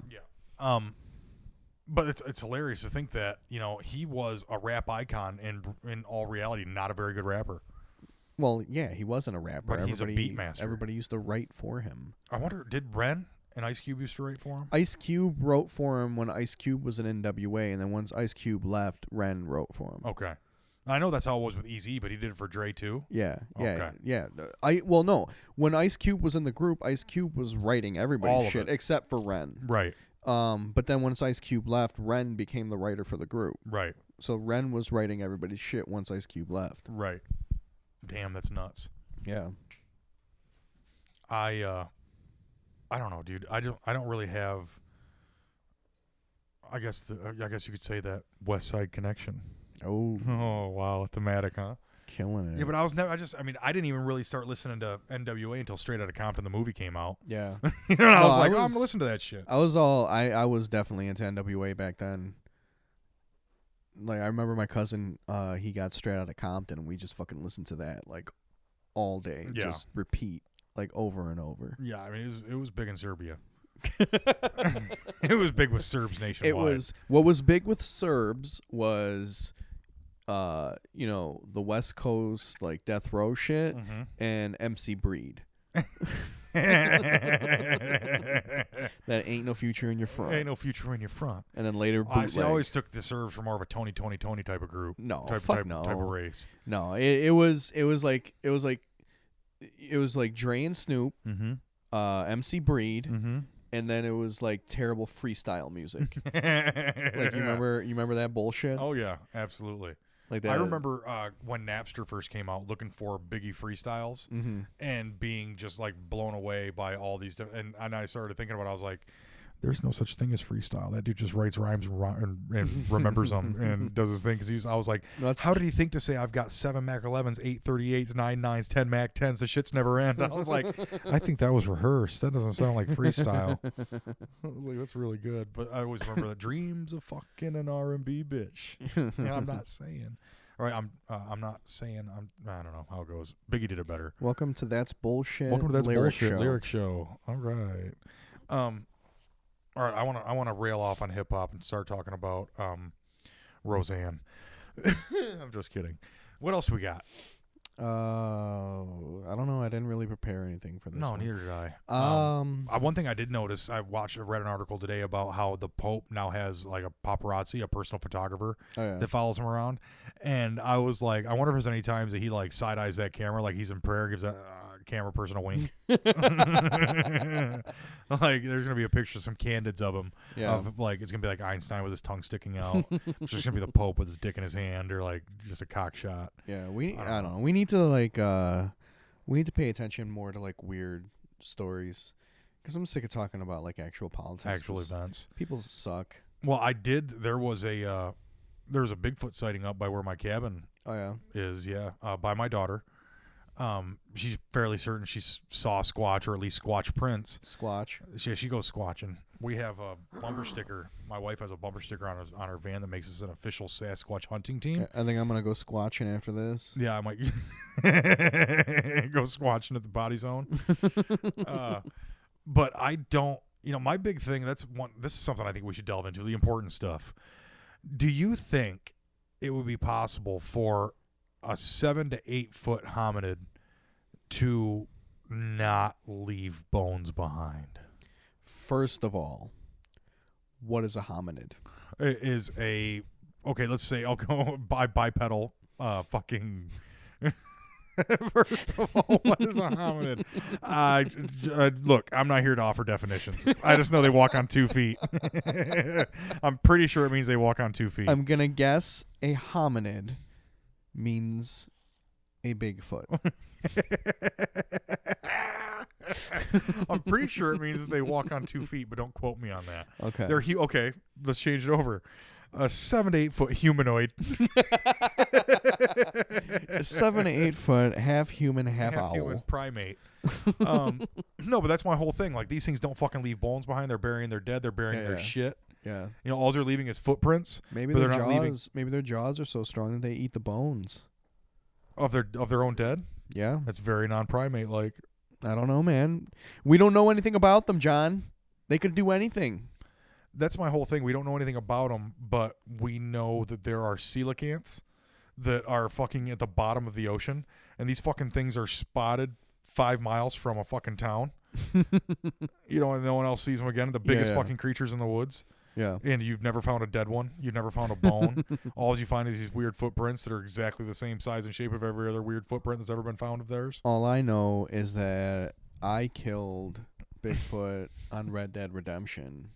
Um, but it's it's hilarious to think that you know he was a rap icon and in all reality not a very good rapper.
Well, yeah, he wasn't a rapper.
But he's a
everybody,
beat master.
Everybody used to write for him.
I wonder did Ren and Ice Cube used to write for him?
Ice Cube wrote for him when Ice Cube was in NWA, and then once Ice Cube left, Ren wrote for him.
Okay, I know that's how it was with Easy, but he did it for Dre too.
Yeah, yeah,
Okay.
yeah. I well, no. When Ice Cube was in the group, Ice Cube was writing
All
everybody's
of it.
shit except for Ren.
Right,
Um, but then once Ice Cube left, Ren became the writer for the group.
right,
So Ren was writing everybody's shit once Ice Cube left.
right. Damn, that's nuts.
Yeah,
I uh I don't know, dude. I don't I don't really have I guess the I guess you could say that West Side Connection.
oh,
Oh, wow, thematic, huh?
killing it.
Yeah, but I was never I just I mean, I didn't even really start listening to NWA until Straight Outta Compton the movie came out.
yeah.
you know, and I
No,
was
I
like, oh, I'm going
was-
to listen to that shit.
I was all I, I was definitely into NWA back then. Like I remember my cousin, uh, he got straight out of Compton, and we just fucking listened to that like all day,
Yeah.
just repeat like over and over.
Yeah, I mean, it was it was big in Serbia. it was big with Serbs nationwide.
It was what was big with Serbs was, uh, you know, the West Coast like death row shit
Mhm.
and MC Breed.
Ain't
That ain't no future in your front.
no future in your front.
and then later,
I, see, I
bootleg.
always took the Serbs for more of a Tony, Tony, Tony type of group.
no
type,
Oh, fuck
type,
no
type of race.
No, it, it was it was like it was like it was like Dre and Snoop,
Mm-hmm.
uh, MC Breed,
Mm-hmm.
and then it was like terrible freestyle music.
like
like you remember you remember that bullshit?
Oh yeah, mm-hmm. absolutely.
Like that.
Oh, I remember uh, when Napster first came out, looking for Biggie freestyles
Mhm.
and being just like blown away by all these. Di- and and I started thinking about. it. I was like, "There's no such thing as freestyle. That dude just writes rhymes and, ri- and, and remembers them and does his thing." Because he was, I was like,
No, that's-
"How did he think to say I've got seven Mac 11s, eight 38s, nine 9s, ten Mac 10s? The shits never end." I was like, "I think that was rehearsed. That doesn't sound like freestyle." I was like, "That's really good." But I always remember the dreams of fucking an R and B bitch. Yeah, I'm not saying. All right, I'm uh, I'm not saying. I'm I don't know how it goes. Biggie did it better.
Welcome to that's bullshit.
Welcome to that
lyric
bullshit
show.
lyric show. All right. Um. All right. I want to I want to rail off on hip hop and start talking about um, Roseanne. I'm just kidding. What else we got?
Uh, I don't know. I didn't really prepare anything for this.
no,
one.
neither did I.
Um,
Uh, one thing I did notice, I watched, I read an article today about how the Pope now has like a paparazzi, a personal photographer,
oh, yeah.
that follows him around. And I was like, I wonder if there's any times that he like side eyes that camera, like he's in prayer, gives that uh, camera person a wink. like there's gonna be a picture, of some candids of him.
Yeah.
Of like it's gonna be like Einstein with his tongue sticking out. it's just gonna be the Pope with his dick in his hand, or like just a cock shot.
yeah, we.
I
I
don't
don't, know. We need to like. uh We need to pay attention more to like weird stories, because I'm sick of talking about like actual politics.
Actual
'cause
events.
people suck.
Well, I did. There was a uh, there was a Bigfoot sighting up by where my cabin
Oh yeah.
is yeah uh, by my daughter um she's fairly certain she s- saw squatch or at least squatch prints
Squatch.
she, she goes squatching we have a bumper sticker my wife has a bumper sticker on her, on her van that makes us an official sasquatch hunting team
I I think I'm gonna go squatching after this.
yeah i might go squatching at the body zone uh, but i don't you know my big thing that's one this is something i think we should delve into the important stuff do you think it would be possible for a seven to eight foot hominid to not leave bones behind
First of all, what is a hominid?
It is a okay let's say i'll go by bipedal uh fucking First of all, what is a hominid? I, I- look, I'm not here to offer definitions. I just know they walk on two feet. I'm pretty sure it means they walk on two feet.
I'm gonna guess a hominid means a Bigfoot.
I'm pretty sure it means that they walk on two feet, but don't quote me on that.
Okay.
They're hu- okay. Let's change it over. A seven to eight foot humanoid,
A seven to eight foot, half human, half,
half
owl.
human primate. Um, no, but that's my whole thing. Like these things don't fucking leave bones behind. They're burying their dead. They're burying
Yeah,
their
yeah.
shit.
Yeah.
You know, all they're leaving is footprints
Maybe
But
their
they're not leaving.
jaws. Maybe their jaws are so strong that they eat the bones.
of their of their own dead.
Yeah.
That's very non primate like.
I don't know, man. We don't know anything about them, John. They could do anything.
that's my whole thing. We don't know anything about them, but we know that there are coelacanths that are fucking at the bottom of the ocean, and these fucking things are spotted five miles from a fucking town. you know, and no one else sees them again. The biggest
Yeah.
fucking creatures in the woods,
Yeah.
and you've never found a dead one. You've never found a bone. All you find is these weird footprints that are exactly the same size and shape of every other weird footprint that's ever been found of theirs.
All I know is that I killed Bigfoot on Red Dead Redemption.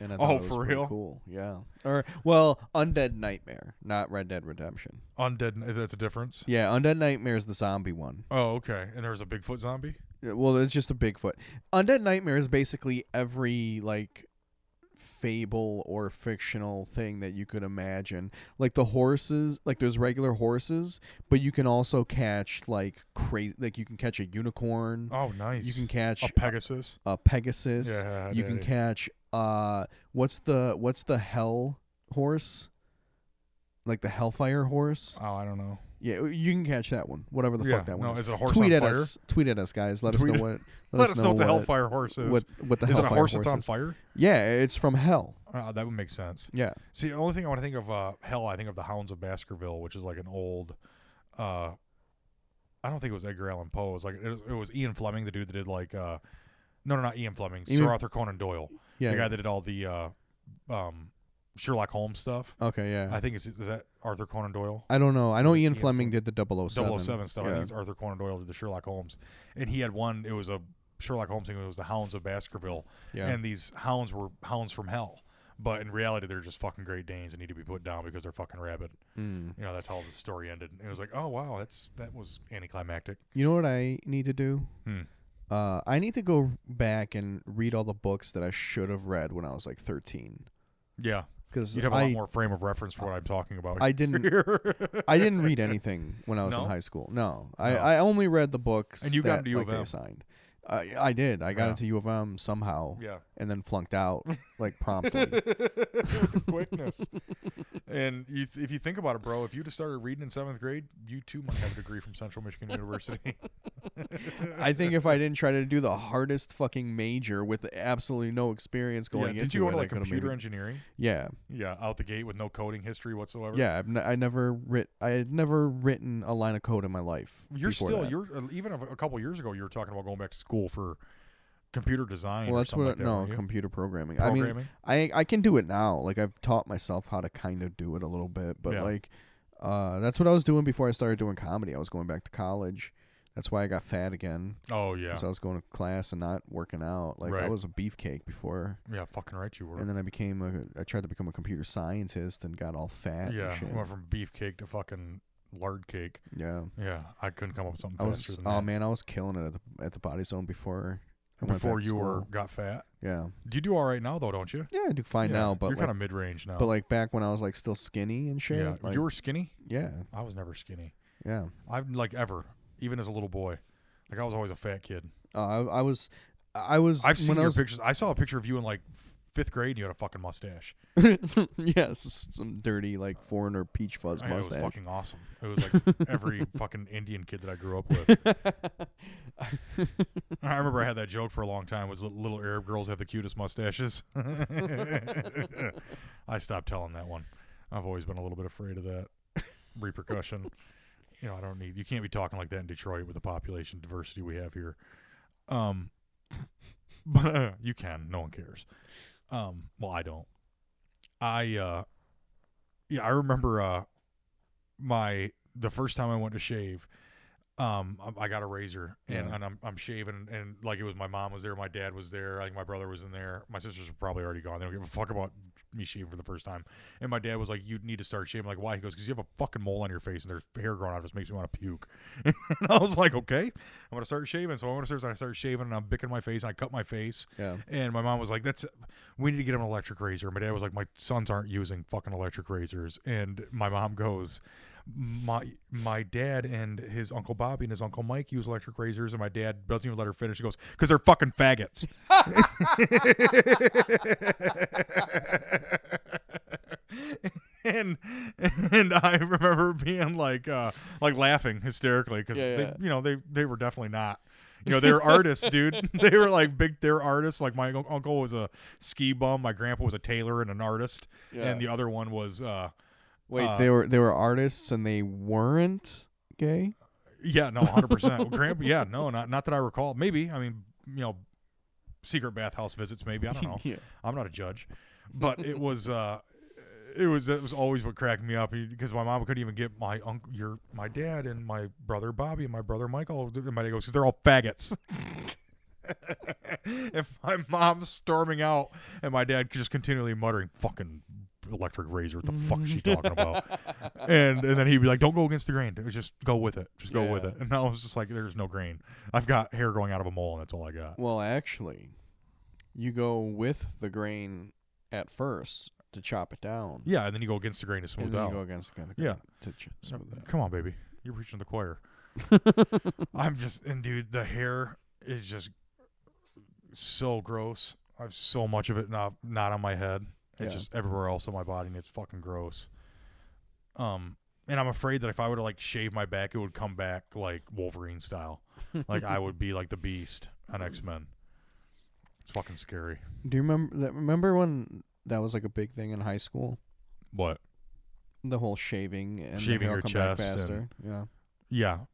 And I thought
Oh,
it was
for
pretty
real?
Cool. Yeah. Or well, Undead Nightmare, not Red Dead Redemption.
Undead. That's a difference.
Yeah, Undead Nightmare is the zombie one.
Oh, okay. And there was a Bigfoot zombie.
Yeah, Well, it's just a Bigfoot. Undead Nightmare is basically every like fable or fictional thing that you could imagine. Like the horses, like there's regular horses, but you can also catch like crazy like you can catch a unicorn,
Oh, nice.
you can catch
a Pegasus.
a uh, Pegasus,
Yeah,
you can
daddy.
catch uh what's the what's the hell horse? Like the hellfire horse?
Oh, I don't know.
Yeah, you can catch that one. Whatever the
yeah,
fuck that
no,
one is.
is it a horse on
tweet at
fire?
us. Tweet at us, guys. Let
Tweet-
us know what. Let,
Let us know what the
what,
Hellfire Horse is.
What, what the
is it a
Hellfire
horse that's on
is.
fire?
Yeah, it's from hell.
Uh, that would make sense.
Yeah,
See, the only thing I want to think of uh, hell, I think of the Hounds of Baskerville, which is like an old. Uh, I don't think it was Edgar Allan Poe. It was like it was, it was Ian Fleming, the dude that did like. Uh, no, no, not Ian Fleming. Sir
Ian-
Arthur Conan Doyle,
yeah.
the guy that did all the uh, um, Sherlock Holmes stuff.
okay, yeah.
I think it's is that Arthur Conan Doyle.
I, don't know. I know
Is it E
Ian
Ian
Fleming did the 007.
007 stuff. I
Oh, Yeah.
think it's Arthur Conan Doyle did the Sherlock Holmes, and he had one. It was a Sherlock Holmes thing. It was the Hounds of Baskerville,
Yeah.
and these hounds were hounds from hell. But in reality, they're just fucking Great Danes that need to be put down because they're fucking rabid.
Hmm.
You know, that's how the story ended. It was like, oh wow, that's that was anticlimactic.
You know what I need to do?
Hmm.
Uh, I need to go back and read all the books that I should have read when I was like 13.
Yeah,
Because
you'd have a lot
I,
more frame of reference for what I'm talking about.
I didn't
here.
I didn't read anything when I was
No?
in high school. No, I,
No.
I only read the books.
And you got
that,
into U
like,
of
they
M.
assigned. I I did. I got
Yeah.
into U of M somehow,
yeah,
and then flunked out like promptly.
with the quickness. and you th- if you think about it, bro, if you'd have started reading in seventh grade, you too might have a degree from Central Michigan University.
I think if I didn't try to do the hardest fucking major with absolutely no experience
yeah,
going
did
into
you go
it,
to
I
like
coulda
computer
maybe-
engineering?
yeah,
Yeah, out the gate with no coding history whatsoever.
yeah. I've n- I never writ. I had never written a line of code in my life.
you're
before
still
that.
you're uh, even a, a couple years ago you were talking about going back to school for computer design.
Well,
or
that's
something
what
like that,
no
weren't you?
computer programming. I mean,
programming.
I I can do it now. Like I've taught myself how to kind of do it a little bit, but
Yeah.
like uh, that's what I was doing before I started doing comedy. I was going back to college. That's why I got fat again
oh yeah,
because I was going to class and not working out. Like I
Right.
was a beefcake before,
yeah, fucking right you were.
and then I became a. I tried to become a computer scientist and got all fat. and
yeah,
shit.
went from beefcake to fucking lard cake.
yeah.
Yeah, I couldn't come up with something
I
faster
was.
than
Oh
that.
man, I was killing it at the at the body zone before. I went back
Before
to
you were
school.
got fat,
Yeah.
do you do all right now though? Don't you?
Yeah, I do fine
Yeah,
now, but
you're
like,
kind of mid range now.
but like back when I was like still skinny and shit.
yeah,
like,
you were skinny.
yeah.
I was never skinny.
Yeah.
I've like ever, even as a little boy, like I was always a fat kid.
Uh, I, I was, I was.
I've seen
when I
your
was,
pictures. I saw a picture of you in like f- fifth grade. and You had a fucking mustache.
yes, some dirty like foreigner peach fuzz
I- It was
mustache.
fucking awesome. It was like every fucking Indian kid that I grew up with. I remember I had that joke for a long time. Was that little Arab girls have the cutest mustaches? I stopped telling that one. I've always been a little bit afraid of that repercussion. you know, I don't need. You can't be talking like that in Detroit with the population diversity we have here. Um, but uh, you can. No one cares. Um, well, I don't. I uh, yeah, I remember uh, my the first time I went to shave, um, I- I got a razor and,
Yeah.
and I'm I'm shaving and like it was my mom was there, my dad was there, I think my brother was in there, my sisters were probably already gone. They don't give a fuck about me shaving for the first time. And my dad was like, "You need to start shaving." I'm like, why? He goes, "Because you have a fucking mole on your face and there's hair growing out. It just makes me want to puke." and I was like, "Okay, I'm gonna start shaving." So I went upstairs and I started shaving and I'm bicking my face and I cut my face.
Yeah.
And my mom was like, "That's we need to get him an electric razor." My dad was like, "My sons aren't using fucking electric razors." And my mom goes, "My my dad and his uncle Bobby and his uncle Mike use electric razors, and my dad doesn't even let her finish." She goes, "Cause they're fucking faggots." and and I remember being like uh like laughing hysterically because
Yeah, yeah.
they you know they they were definitely not. You know, they're artists, dude. They were like big, they're artists. Like my un- uncle was a ski bum. My grandpa was a tailor and an artist.
Yeah.
And the other one was, uh,
Wait,
Uh,
they were they were artists and they weren't gay.
yeah, no, 100%. Well, grandpa, yeah, no, not, not that I recall. Maybe, I mean, you know, secret bathhouse visits, maybe. I don't know.
yeah.
I'm not a judge, but it was uh, it was that was always what cracked me up because my mom couldn't even get my uncle, your my dad, and my brother Bobby and my brother Michael. And my dad goes because they're all faggots. and my mom's storming out, and my dad just continually muttering "fucking electric razor." What the fuck is she talking about? and and then he'd be like, "Don't go against the grain. Just go with it. Just go with
Yeah.
it." And I was just like, "There's no grain. I've got hair going out of a mole, and that's all I got."
Well, actually, you go with the grain at first to chop it down,
Yeah, and then you go against the grain to smooth
and then
out.
you go against the grain
Yeah.
to ch-
Uh,
smooth it out.
Come on, baby. You're preaching to the choir. I'm just, and dude, the hair is just so gross. I have so much of it not not on my head. It's
Yeah.
just everywhere else on my body, and it's fucking gross. Um, and I'm afraid that if I were to like shave my back, it would come back like Wolverine style. like I would be like the Beast on X Men. It's fucking scary.
Do you remember that? Remember when that was like a big thing in high school?
What?
The whole shaving and the
Shaving
hair
your
come back
chest and-
faster. yeah.
Yeah,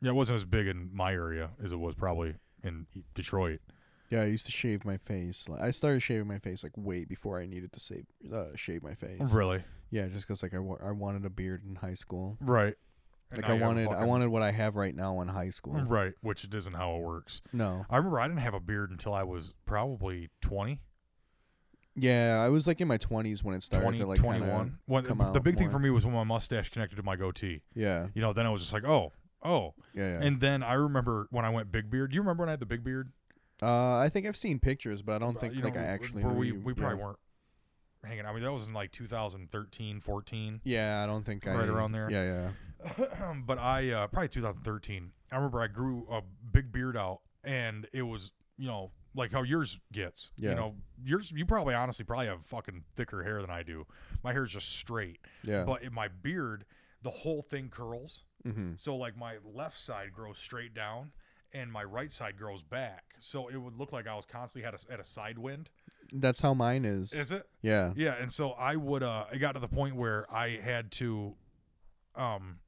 yeah. It wasn't as big in my area as it was probably in Detroit.
Yeah, I used to shave my face. Like, I started shaving my face like way before I needed to save, uh, shave my face.
Really.
Yeah, just because like I, wa- I wanted a beard in high school.
Right. And
Like
now
I
you have a
wanted I
fucking-
wanted what I have right now in high school.
Right, which it isn't how it works.
No,
I remember I didn't have a beard until I was probably 20.
Yeah, I was like in my twenties when it started
20,
to like kinda-
21. When-
come
the
out
big thing
more.
for me was when my mustache connected to my goatee.
Yeah,
You know, then I was just like, oh, oh.
yeah, yeah.
And then I remember when I went big beard. Do you remember when I had the big beard?
uh, I think I've seen pictures, but I don't
Uh,
think
you
like
know,
I
w-
actually.
were
know
we
you-
we
yeah.
probably weren't hanging. out. I mean, that was in like 2013, 14.
Yeah, I don't think I.
Right around there.
Yeah, yeah.
but I uh, probably 2013. I remember I grew a big beard out, and it was you know like how yours gets.
Yeah.
You know, yours you probably honestly probably have fucking thicker hair than I do. My hair's just straight,
Yeah.
but in my beard, the whole thing curls.
mm-hmm.
So like my left side grows straight down, and my right side grows back. So it would look like I was constantly had a, at a side wind.
That's how mine is.
Is it?
yeah.
Yeah, and so I would uh it got to the point where I had to um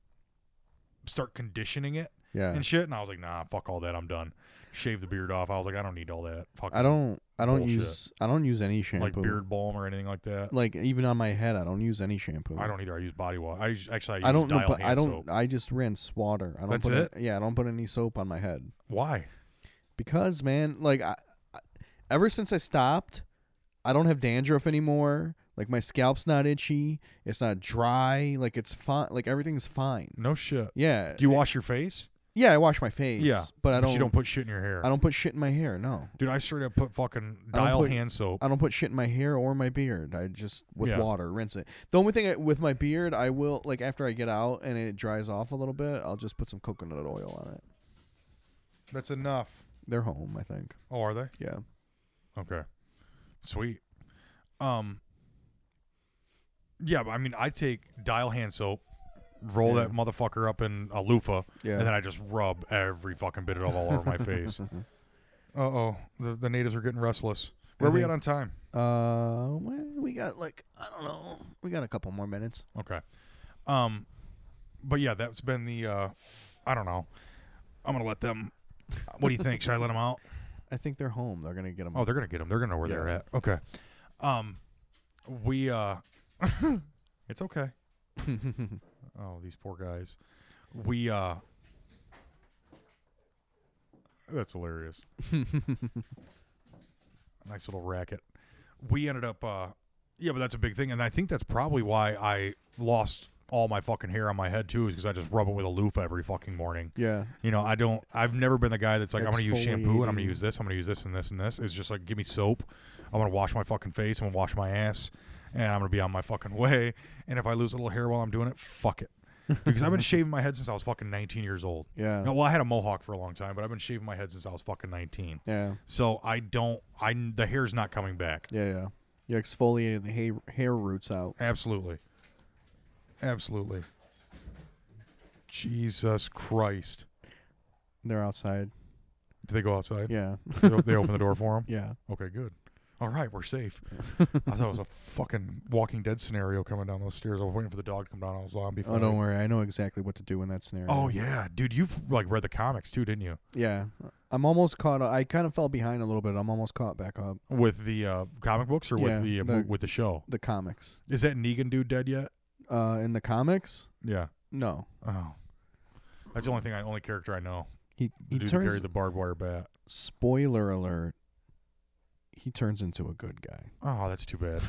start conditioning it
Yeah.
and shit and I was like, "Nah, fuck all that. I'm done." Shave the beard off. I was like, "I don't need all that." Fuck
I don't. I don't
Bullshit.
use. I don't use any shampoo.
like beard balm or anything like that.
Like even on my head, I don't use any shampoo.
I don't either. I use body wash. I us- actually I, use
I don't know,
dial
but I
hand
don't.
soap.
I just rinse water. I don't
That's
put Any, yeah, I don't put any soap on my head
Why?
because man, like I, I, ever since I stopped, I don't have dandruff anymore. Like my scalp's not itchy. It's not dry. Like it's fine. Like everything's fine.
No shit.
Yeah.
Do you wash your face?
yeah, I wash my face.
Yeah,
but I don't.
you don't put shit in your hair.
I don't put shit in my hair. No,
Dude, I straight up put fucking
I don't
dial
put-
hand soap.
I don't put shit in my hair or my beard. I just with
Yeah.
water rinse it. The only thing I, with my beard, I will like after I get out and it dries off a little bit, I'll just put some coconut oil on it.
That's enough.
They're home, I think.
Oh, are they?
Yeah.
Okay. Sweet. Um Yeah, but I mean I take dial hand soap, roll
Yeah.
that motherfucker up in a loofah,
Yeah.
and then I just rub every fucking bit of it all over my face. Uh oh. The the natives are getting restless. Where are we
Mhm.
at on time?
Uh, well, we got like I don't know. We got a couple more minutes.
Okay. Um but yeah, that's been the uh I don't know. I'm gonna let them what do you think? Should I let them out?
I think they're home. They're gonna get them.
Oh, they're gonna get them. They're gonna know where they're
Yeah.
at. Okay. Um we uh it's okay. Oh, these poor guys. We uh That's hilarious. nice little racket. We ended up uh yeah, but that's a big thing and I think that's probably why I lost all my fucking hair on my head too is because I just rub it with a loofah every fucking morning.
yeah.
You know, I don't I've never been the guy that's like I'm going to use shampoo and I'm going to use this, I'm going to use this and this and this. It's just like give me soap. I'm going to wash my fucking face, I'm going to wash my ass and I'm going to be on my fucking way and if I lose a little hair while I'm doing it, fuck it. Because I've been shaving my head since I was fucking 19 years old.
Yeah.
No, well, I had a mohawk for a long time, but I've been shaving my head since I was fucking 19.
Yeah.
So I don't, I the hair's not coming back.
Yeah. Yeah. You exfoliated the hair, hair roots out.
Absolutely, absolutely. Jesus Christ!
They're outside.
Did they go outside?
Yeah.
They o- they open the door for him.
Yeah.
Okay, good. All right, we're safe. I thought it was a fucking Walking Dead scenario coming down those stairs. I was waiting for the dog to come down on a zombie.
Oh, don't
fight.
worry. I know exactly what to do in that scenario.
Oh yeah, dude, you've like read the comics too, didn't you?
Yeah. I'm almost caught up. I kind of fell behind a little bit. I'm almost caught back up.
With the uh, comic books or
Yeah,
with the, uh, mo-
the-
with the show?
The comics.
Is that Negan dude dead yet?
Uh, in the comics,
Yeah.
no.
Oh, that's the only thing, I only character I know.
He
The
he
dude who
turns.
carried the barbed wire bat.
spoiler alert. He turns into a good guy.
Oh, that's too bad.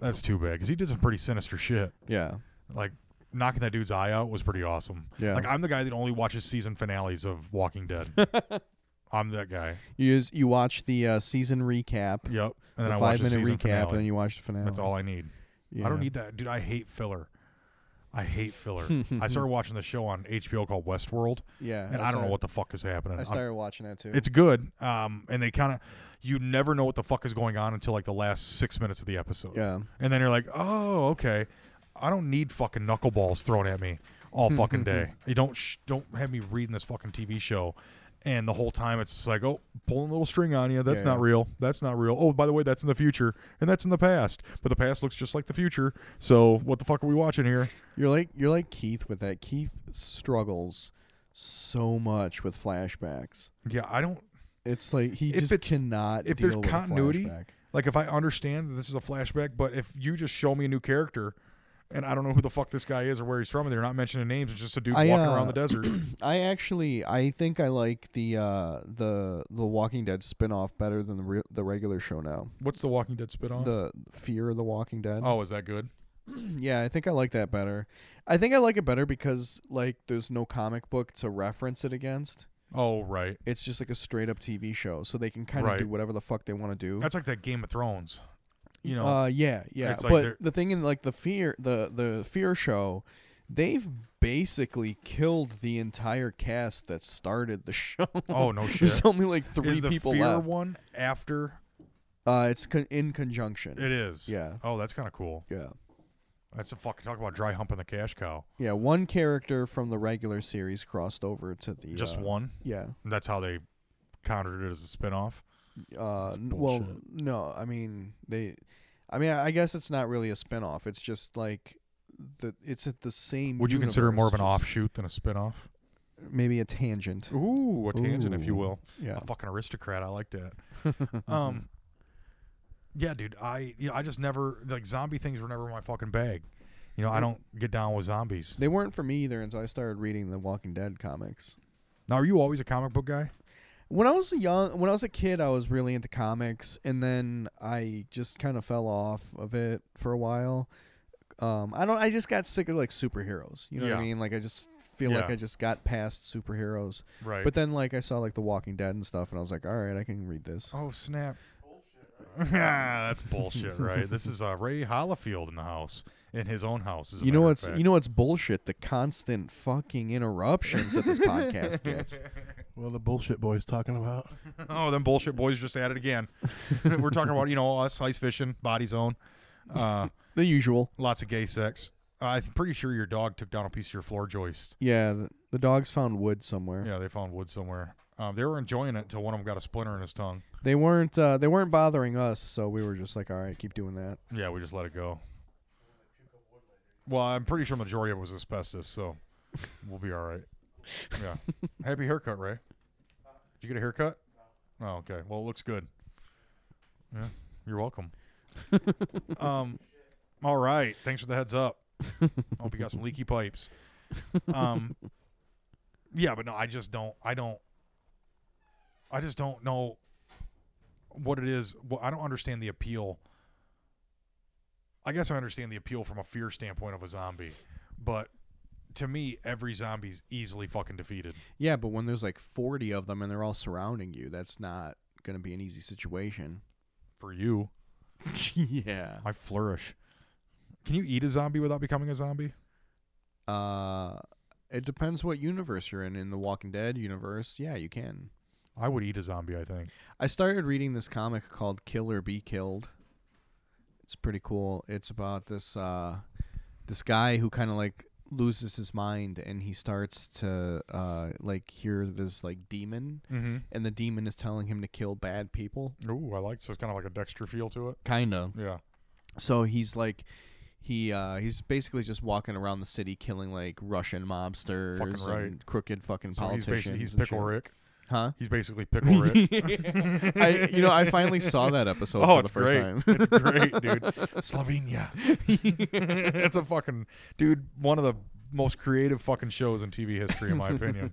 that's too bad because he did some pretty sinister shit.
Yeah.
Like knocking that dude's eye out was pretty awesome.
Yeah.
Like I'm the guy that only watches season finales of Walking Dead. I'm that guy.
You use you watch the uh, season recap,
Yep. And then I
the
watch
five
the
minute
season
recap,
finale.
and then you watch the finale.
That's all I need. I don't
Yeah.
need that, dude. I hate filler. I hate filler. I started watching the show on HBO called Westworld,
Yeah,
and I, don't know
started-
what the fuck is happening.
I
I'm-
started watching that too.
It's good. Um, and they kind of, you never know what the fuck is going on until like the last six minutes of the episode.
yeah,
And then you're like, oh, okay. I don't need fucking knuckleballs thrown at me all
Hmm,
fucking day. you don't sh- don't have me reading this fucking TV show. And the whole time it's just like, oh, pulling a little string on you. That's
Yeah,
not
yeah.
real. That's not real. Oh, by the way, that's in the future and that's in the past. But the past looks just like the future. So what the fuck are we watching here?
you're like you're like Keith with that. Keith struggles so much with flashbacks.
Yeah, I don't.
It's like he
If
just
it's-
cannot.
if
deal
there's
with a
continuity,
flashback.
Like if I understand that this is a flashback, but if you just show me a new character and I don't know who the fuck this guy is or where he's from. and They're not mentioning names. It's just a dude
I,
walking around the
uh,
desert.
I actually I think I like the uh the the Walking Dead spin-off better than the re- the regular show now.
What's the Walking Dead spit on?
The Fear of the Walking Dead.
oh, is that good?
Yeah, I think I like that better. I think I like it better because like there's no comic book to reference it against.
Oh, right.
It's just like a straight up TV show, so they can kind of
Right.
do whatever the fuck they want to do.
That's like that Game of Thrones. You know,
uh, yeah, yeah.
it's like
but
they're-
the thing in like the fear, the the fear show, they've basically killed the entire cast that started the show.
Oh, no
There's
shit.
only like three
is the
people
fear
left.
one after
Uh, it's con- in conjunction.
it is?
Yeah.
Oh, that's kind of cool.
yeah,
That's a fucking talk about dry humping the cash cow.
yeah. One character from the regular series crossed over to the
Just
uh,
one.
Yeah.
And that's how they countered it as a spinoff.
Uh, n- well,
bullshit.
no, I mean they. I mean, I I guess it's not really a spinoff. It's just like the it's at the same.
Would you consider it more of an
universe,
offshoot than a spinoff?
just Maybe a tangent.
Ooh, a tangent, if you
Ooh.
will.
Yeah.
A fucking aristocrat. I like that. um, yeah, dude. I you know I just never like zombie things were never my fucking bag. You know I don't get down with zombies.
They weren't for me either until I started reading the Walking Dead comics.
Now, are you always a comic book guy?
When I was a young, when I was a kid, I was really into comics, and then I just kind of fell off of it for a while. Um, I don't. I just got sick of like superheroes. You know what I
Yeah.
mean? Like I just feel like
Yeah.
I just got past superheroes.
Right.
But then like I saw like The Walking Dead and stuff, and I was like, all right, I can read this.
oh snap. Yeah, that's bullshit, right? this is uh, Ray Holifield in the house, in his own house. As a
You know
matter of
what's
fact.
you know what's bullshit? The constant fucking interruptions that this podcast gets.
Well, the bullshit boys talking about.
Oh, them bullshit boys just at it again. We're talking about, you know, us ice fishing, body zone, uh,
The usual.
lots of gay sex. I'm pretty sure your dog took down a piece of your floor joist.
Yeah, the, the dogs found wood somewhere.
Yeah, they found wood somewhere. Um, they were enjoying it until one of them got a splinter in his tongue.
They weren't uh, they weren't bothering us, so we were just like, all right, keep doing that.
Yeah, we just let it go. Well, I'm pretty sure majority of it was asbestos, so we'll be all right. Yeah. Happy haircut, Ray. Did you get a haircut? Oh, okay. Well, it looks good. Yeah. You're welcome. um, all right. Thanks for the heads up. Hope you got some leaky pipes. Um, yeah, but no, I just don't. I don't. I just don't know what it is. Well, I don't understand the appeal. I guess I understand the appeal from a fear standpoint of a zombie, but to me, every zombie's easily fucking defeated.
Yeah, but when there's like forty of them and they're all surrounding you, that's not gonna be an easy situation.
For you,
yeah.
I flourish. Can you eat a zombie without becoming a zombie?
Uh it depends what universe you're in. In the Walking Dead universe, yeah, you can.
I would eat a zombie. I think.
I started reading this comic called Kill or Be Killed. It's pretty cool. It's about this uh, this guy who kind of like loses his mind and he starts to uh, like hear this like demon
Mm-hmm.
and the demon is telling him to kill bad people.
Ooh, I like so it's kind of like a Dexter feel to it.
Kind of.
Yeah.
So he's like he uh, he's basically just walking around the city killing like Russian mobsters
Fucking right.
and crooked fucking
So he's
politicians.
basically he's
and
pickle
shit.
Rick.
Huh?
He's basically pickle Rick.
I, you know, I finally saw that episode
oh,
for
it's
the first
great.
time.
it's great, dude. Slovenia. it's a fucking dude. One of the most creative fucking shows in TV history, in my opinion.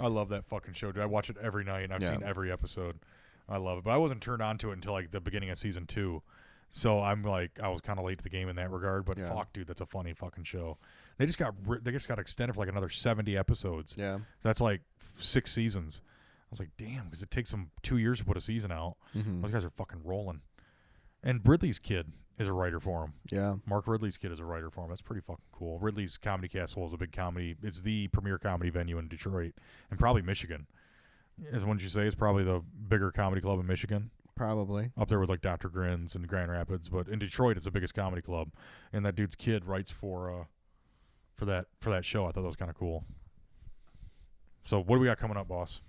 I love that fucking show, dude. I watch it every night, and I've
Yeah.
seen every episode. I love it, but I wasn't turned on to it until like the beginning of season two. So I'm like, I was kind of late to the game in that regard. But
Yeah.
fuck, dude, that's a funny fucking show. They just got ri- they just got extended for like another seventy episodes.
Yeah.
That's like f- six seasons. I was like, damn, because it takes them two years to put a season out.
Mm-hmm.
Mm-hmm. Those guys are fucking rolling. And Ridley's kid is a writer for him.
Yeah.
Mark Ridley's kid is a writer for him. That's pretty fucking cool. Ridley's Comedy Castle is a big comedy. It's the premier comedy venue in Detroit and probably Michigan. As wouldn't you say, it's probably the bigger comedy club in Michigan,
Probably.
up there with like Dr. Grins and Grand Rapids. But in Detroit, it's the biggest comedy club. And that dude's kid writes for uh, for that for that show. I thought that was kind of cool. So what do we got coming up, boss?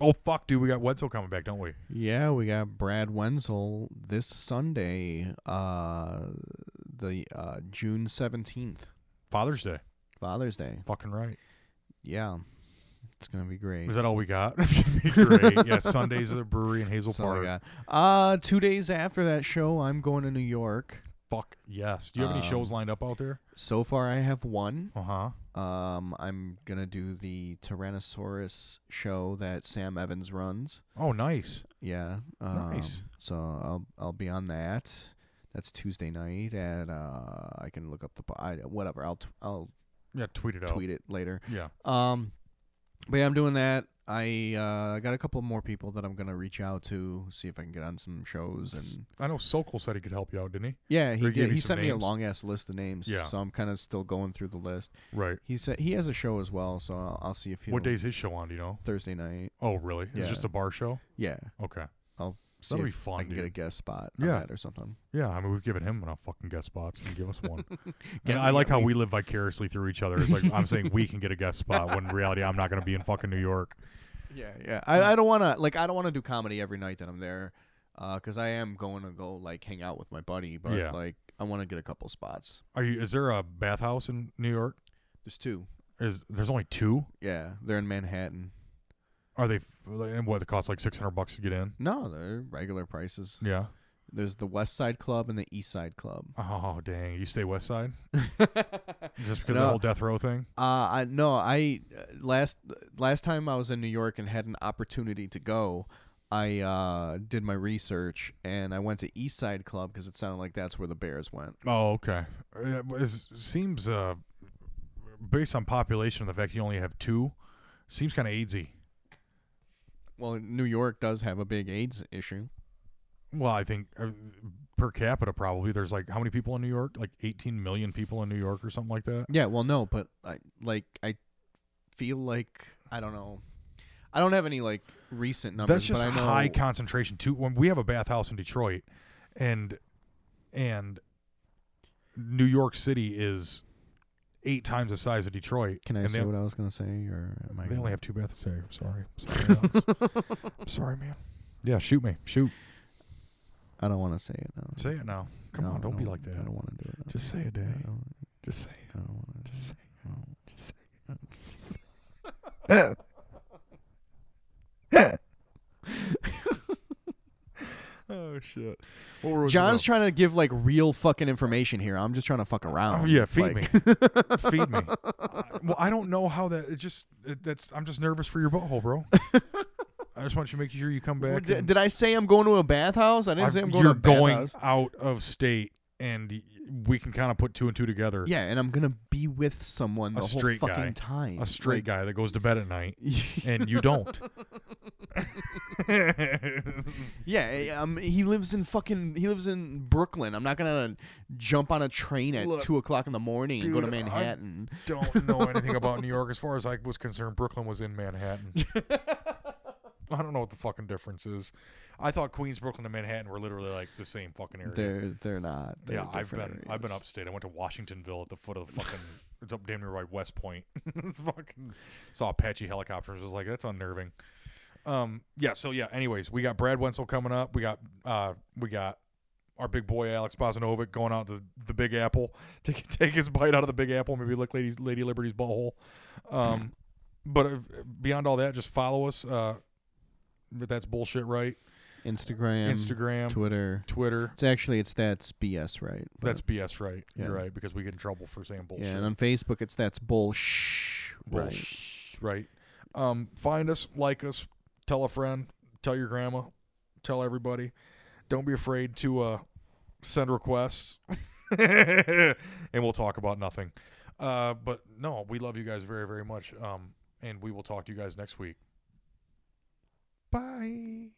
Oh fuck, dude, we got Wetzel coming back, don't we?
Yeah, we got Brad Wenzel this Sunday, uh, the uh, June seventeenth,
Father's Day.
Father's Day.
Fucking right.
Yeah, it's gonna be great.
Is that all we got? That's gonna be great. yeah, Sundays at the brewery in Hazel
That's all I
Park.
got. Uh, two days after that show, I'm going to New York.
fuck yes. Do you have any shows
Um,
lined up out there?
So far, I have one.
Uh huh.
Um, I'm gonna do the Tyrannosaurus show that Sam Evans runs.
Oh, nice.
Yeah. Um,
Nice.
So I'll I'll be on that. That's Tuesday night at uh I can look up the po- I, whatever I'll t- I'll
Yeah, tweet it out.
tweet it later.
Yeah.
Um, but yeah, I'm doing that. I uh got a couple more people that I'm gonna reach out to see if I can get on some shows and
I know Sokol said he could help you out, didn't he?
yeah he
Or give
did,
you
he
some
sent me a
names.
long ass list of names
Yeah.
so I'm kind of still going through the list.
Right.
He said he has a show as well, so I'll, I'll see if he
What day's his show on? Do you know?
Thursday night.
Oh, really? It's
Yeah.
just a bar show.
Yeah,
Okay.
I'll see
That'll be
if
fun,
I can get
dude.
a guest spot on
Yeah.
that or something.
Yeah, I mean we've given him enough fucking guest spots. You give us one.
Yeah,
and I like
yeah,
how
we-
we live vicariously through each other. It's like I'm saying we can get a guest spot when in reality I'm not going to be in fucking New York.
Yeah, yeah. I, I don't want to like I don't want to do comedy every night that I'm there, because I am going to go like hang out with my buddy, but
Yeah.
like I want to get a couple spots.
Are you? Is there a bathhouse in New York?
There's two.
Is there's only two?
Yeah, they're in Manhattan.
Are they? f- And what? It costs like 600 bucks to get in.
No, they're regular prices.
Yeah.
There's the West Side Club and the East Side Club.
Oh dang! You stay West Side
uh,
just because of
No.
the whole death row thing.
Uh, I no, I uh, last last time I was in New York and had an opportunity to go. I uh, did my research and I went to East Side Club because it sounded like that's where the Bears went.
Oh okay. Uh, It seems uh, based on population and the fact you only have two, seems kind of AIDSy.
Well, New York does have a big AIDS issue.
Well, I think uh, per capita probably there's like how many people in New York? Like 18 million people in New York or something like that.
Yeah, well, no, but I, like I feel like I don't know. I don't have any like recent numbers.
That's just
but I know,
high concentration too. When we have a bathhouse in Detroit, and and New York City is eight times the size of Detroit.
Can I
and
say
they,
what I was gonna say, or am I?
they only
gonna-
have two bathhouses. Sorry, I'm sorry, sorry, Alex. I'm sorry, man. Yeah, shoot me, shoot.
I don't want to say it now.
Say it now. Come
No,
on,
I
don't be like
I
that.
don't want to do it. now.
Just say it,
I
Daddy.
don't.
Just say it.
I don't want to.
Just say
I don't- Oh,
it. Oh shit. What were we
John's
about?
trying to give like real fucking information here. I'm just trying to fuck around.
Oh yeah, feed
Like-
me, feed me. I- well, I don't know how that. It just it, that's. I'm just nervous for your butthole, bro. I just want you to make sure you come
Well,
back.
di-
and-
did I say I'm going to a bathhouse? I didn't say I'm going
you're
to a
going
bathhouse.
out of state, and y- we can kind of put two and two together.
Yeah, and I'm gonna be with someone
A
the whole
straight
fucking
guy.
time.
a straight
Like-
guy that goes to bed at night, and you don't.
Yeah, I- um, he lives in fucking he lives in Brooklyn. I'm not gonna jump on a train at
Look,
two o'clock in the morning and go to
dude, I-
Manhattan.
don't know anything about New York. As far as I was concerned, Brooklyn was in Manhattan. I don't know what the fucking difference is. I thought Queens, Brooklyn, and Manhattan were literally like the same fucking area.
They're they're not. They're
yeah, I've been
different
I've been
areas.
upstate. I went to Washingtonville at the foot of the fucking. it's up damn near right West Point. It's fucking saw Apache helicopters. Was like that's unnerving. Um. Yeah. So yeah. Anyways, we got Brad Wenzel coming up. We got uh. We got our big boy Alex Bosanovic going out the the Big Apple. Take take his bite out of the Big Apple. Maybe lick Lady Lady Liberty's butthole. Um. But uh, beyond all that, just follow us. Uh. But that's bullshit, right?
Instagram,
Instagram,
Twitter.
Twitter.
It's actually it's that's BS, right? But-
That's BS, right?
Yeah.
You're right because we get in trouble for saying bullshit.
yeah, and on Facebook it's that's bullsh. Right.
bullshit, right? Um, find us, like us, tell a friend, tell your grandma, tell everybody. Don't be afraid to uh, send requests, and we'll talk about nothing. Uh, but no, we love you guys very, very much. Um, and we will talk to you guys next week. Bye.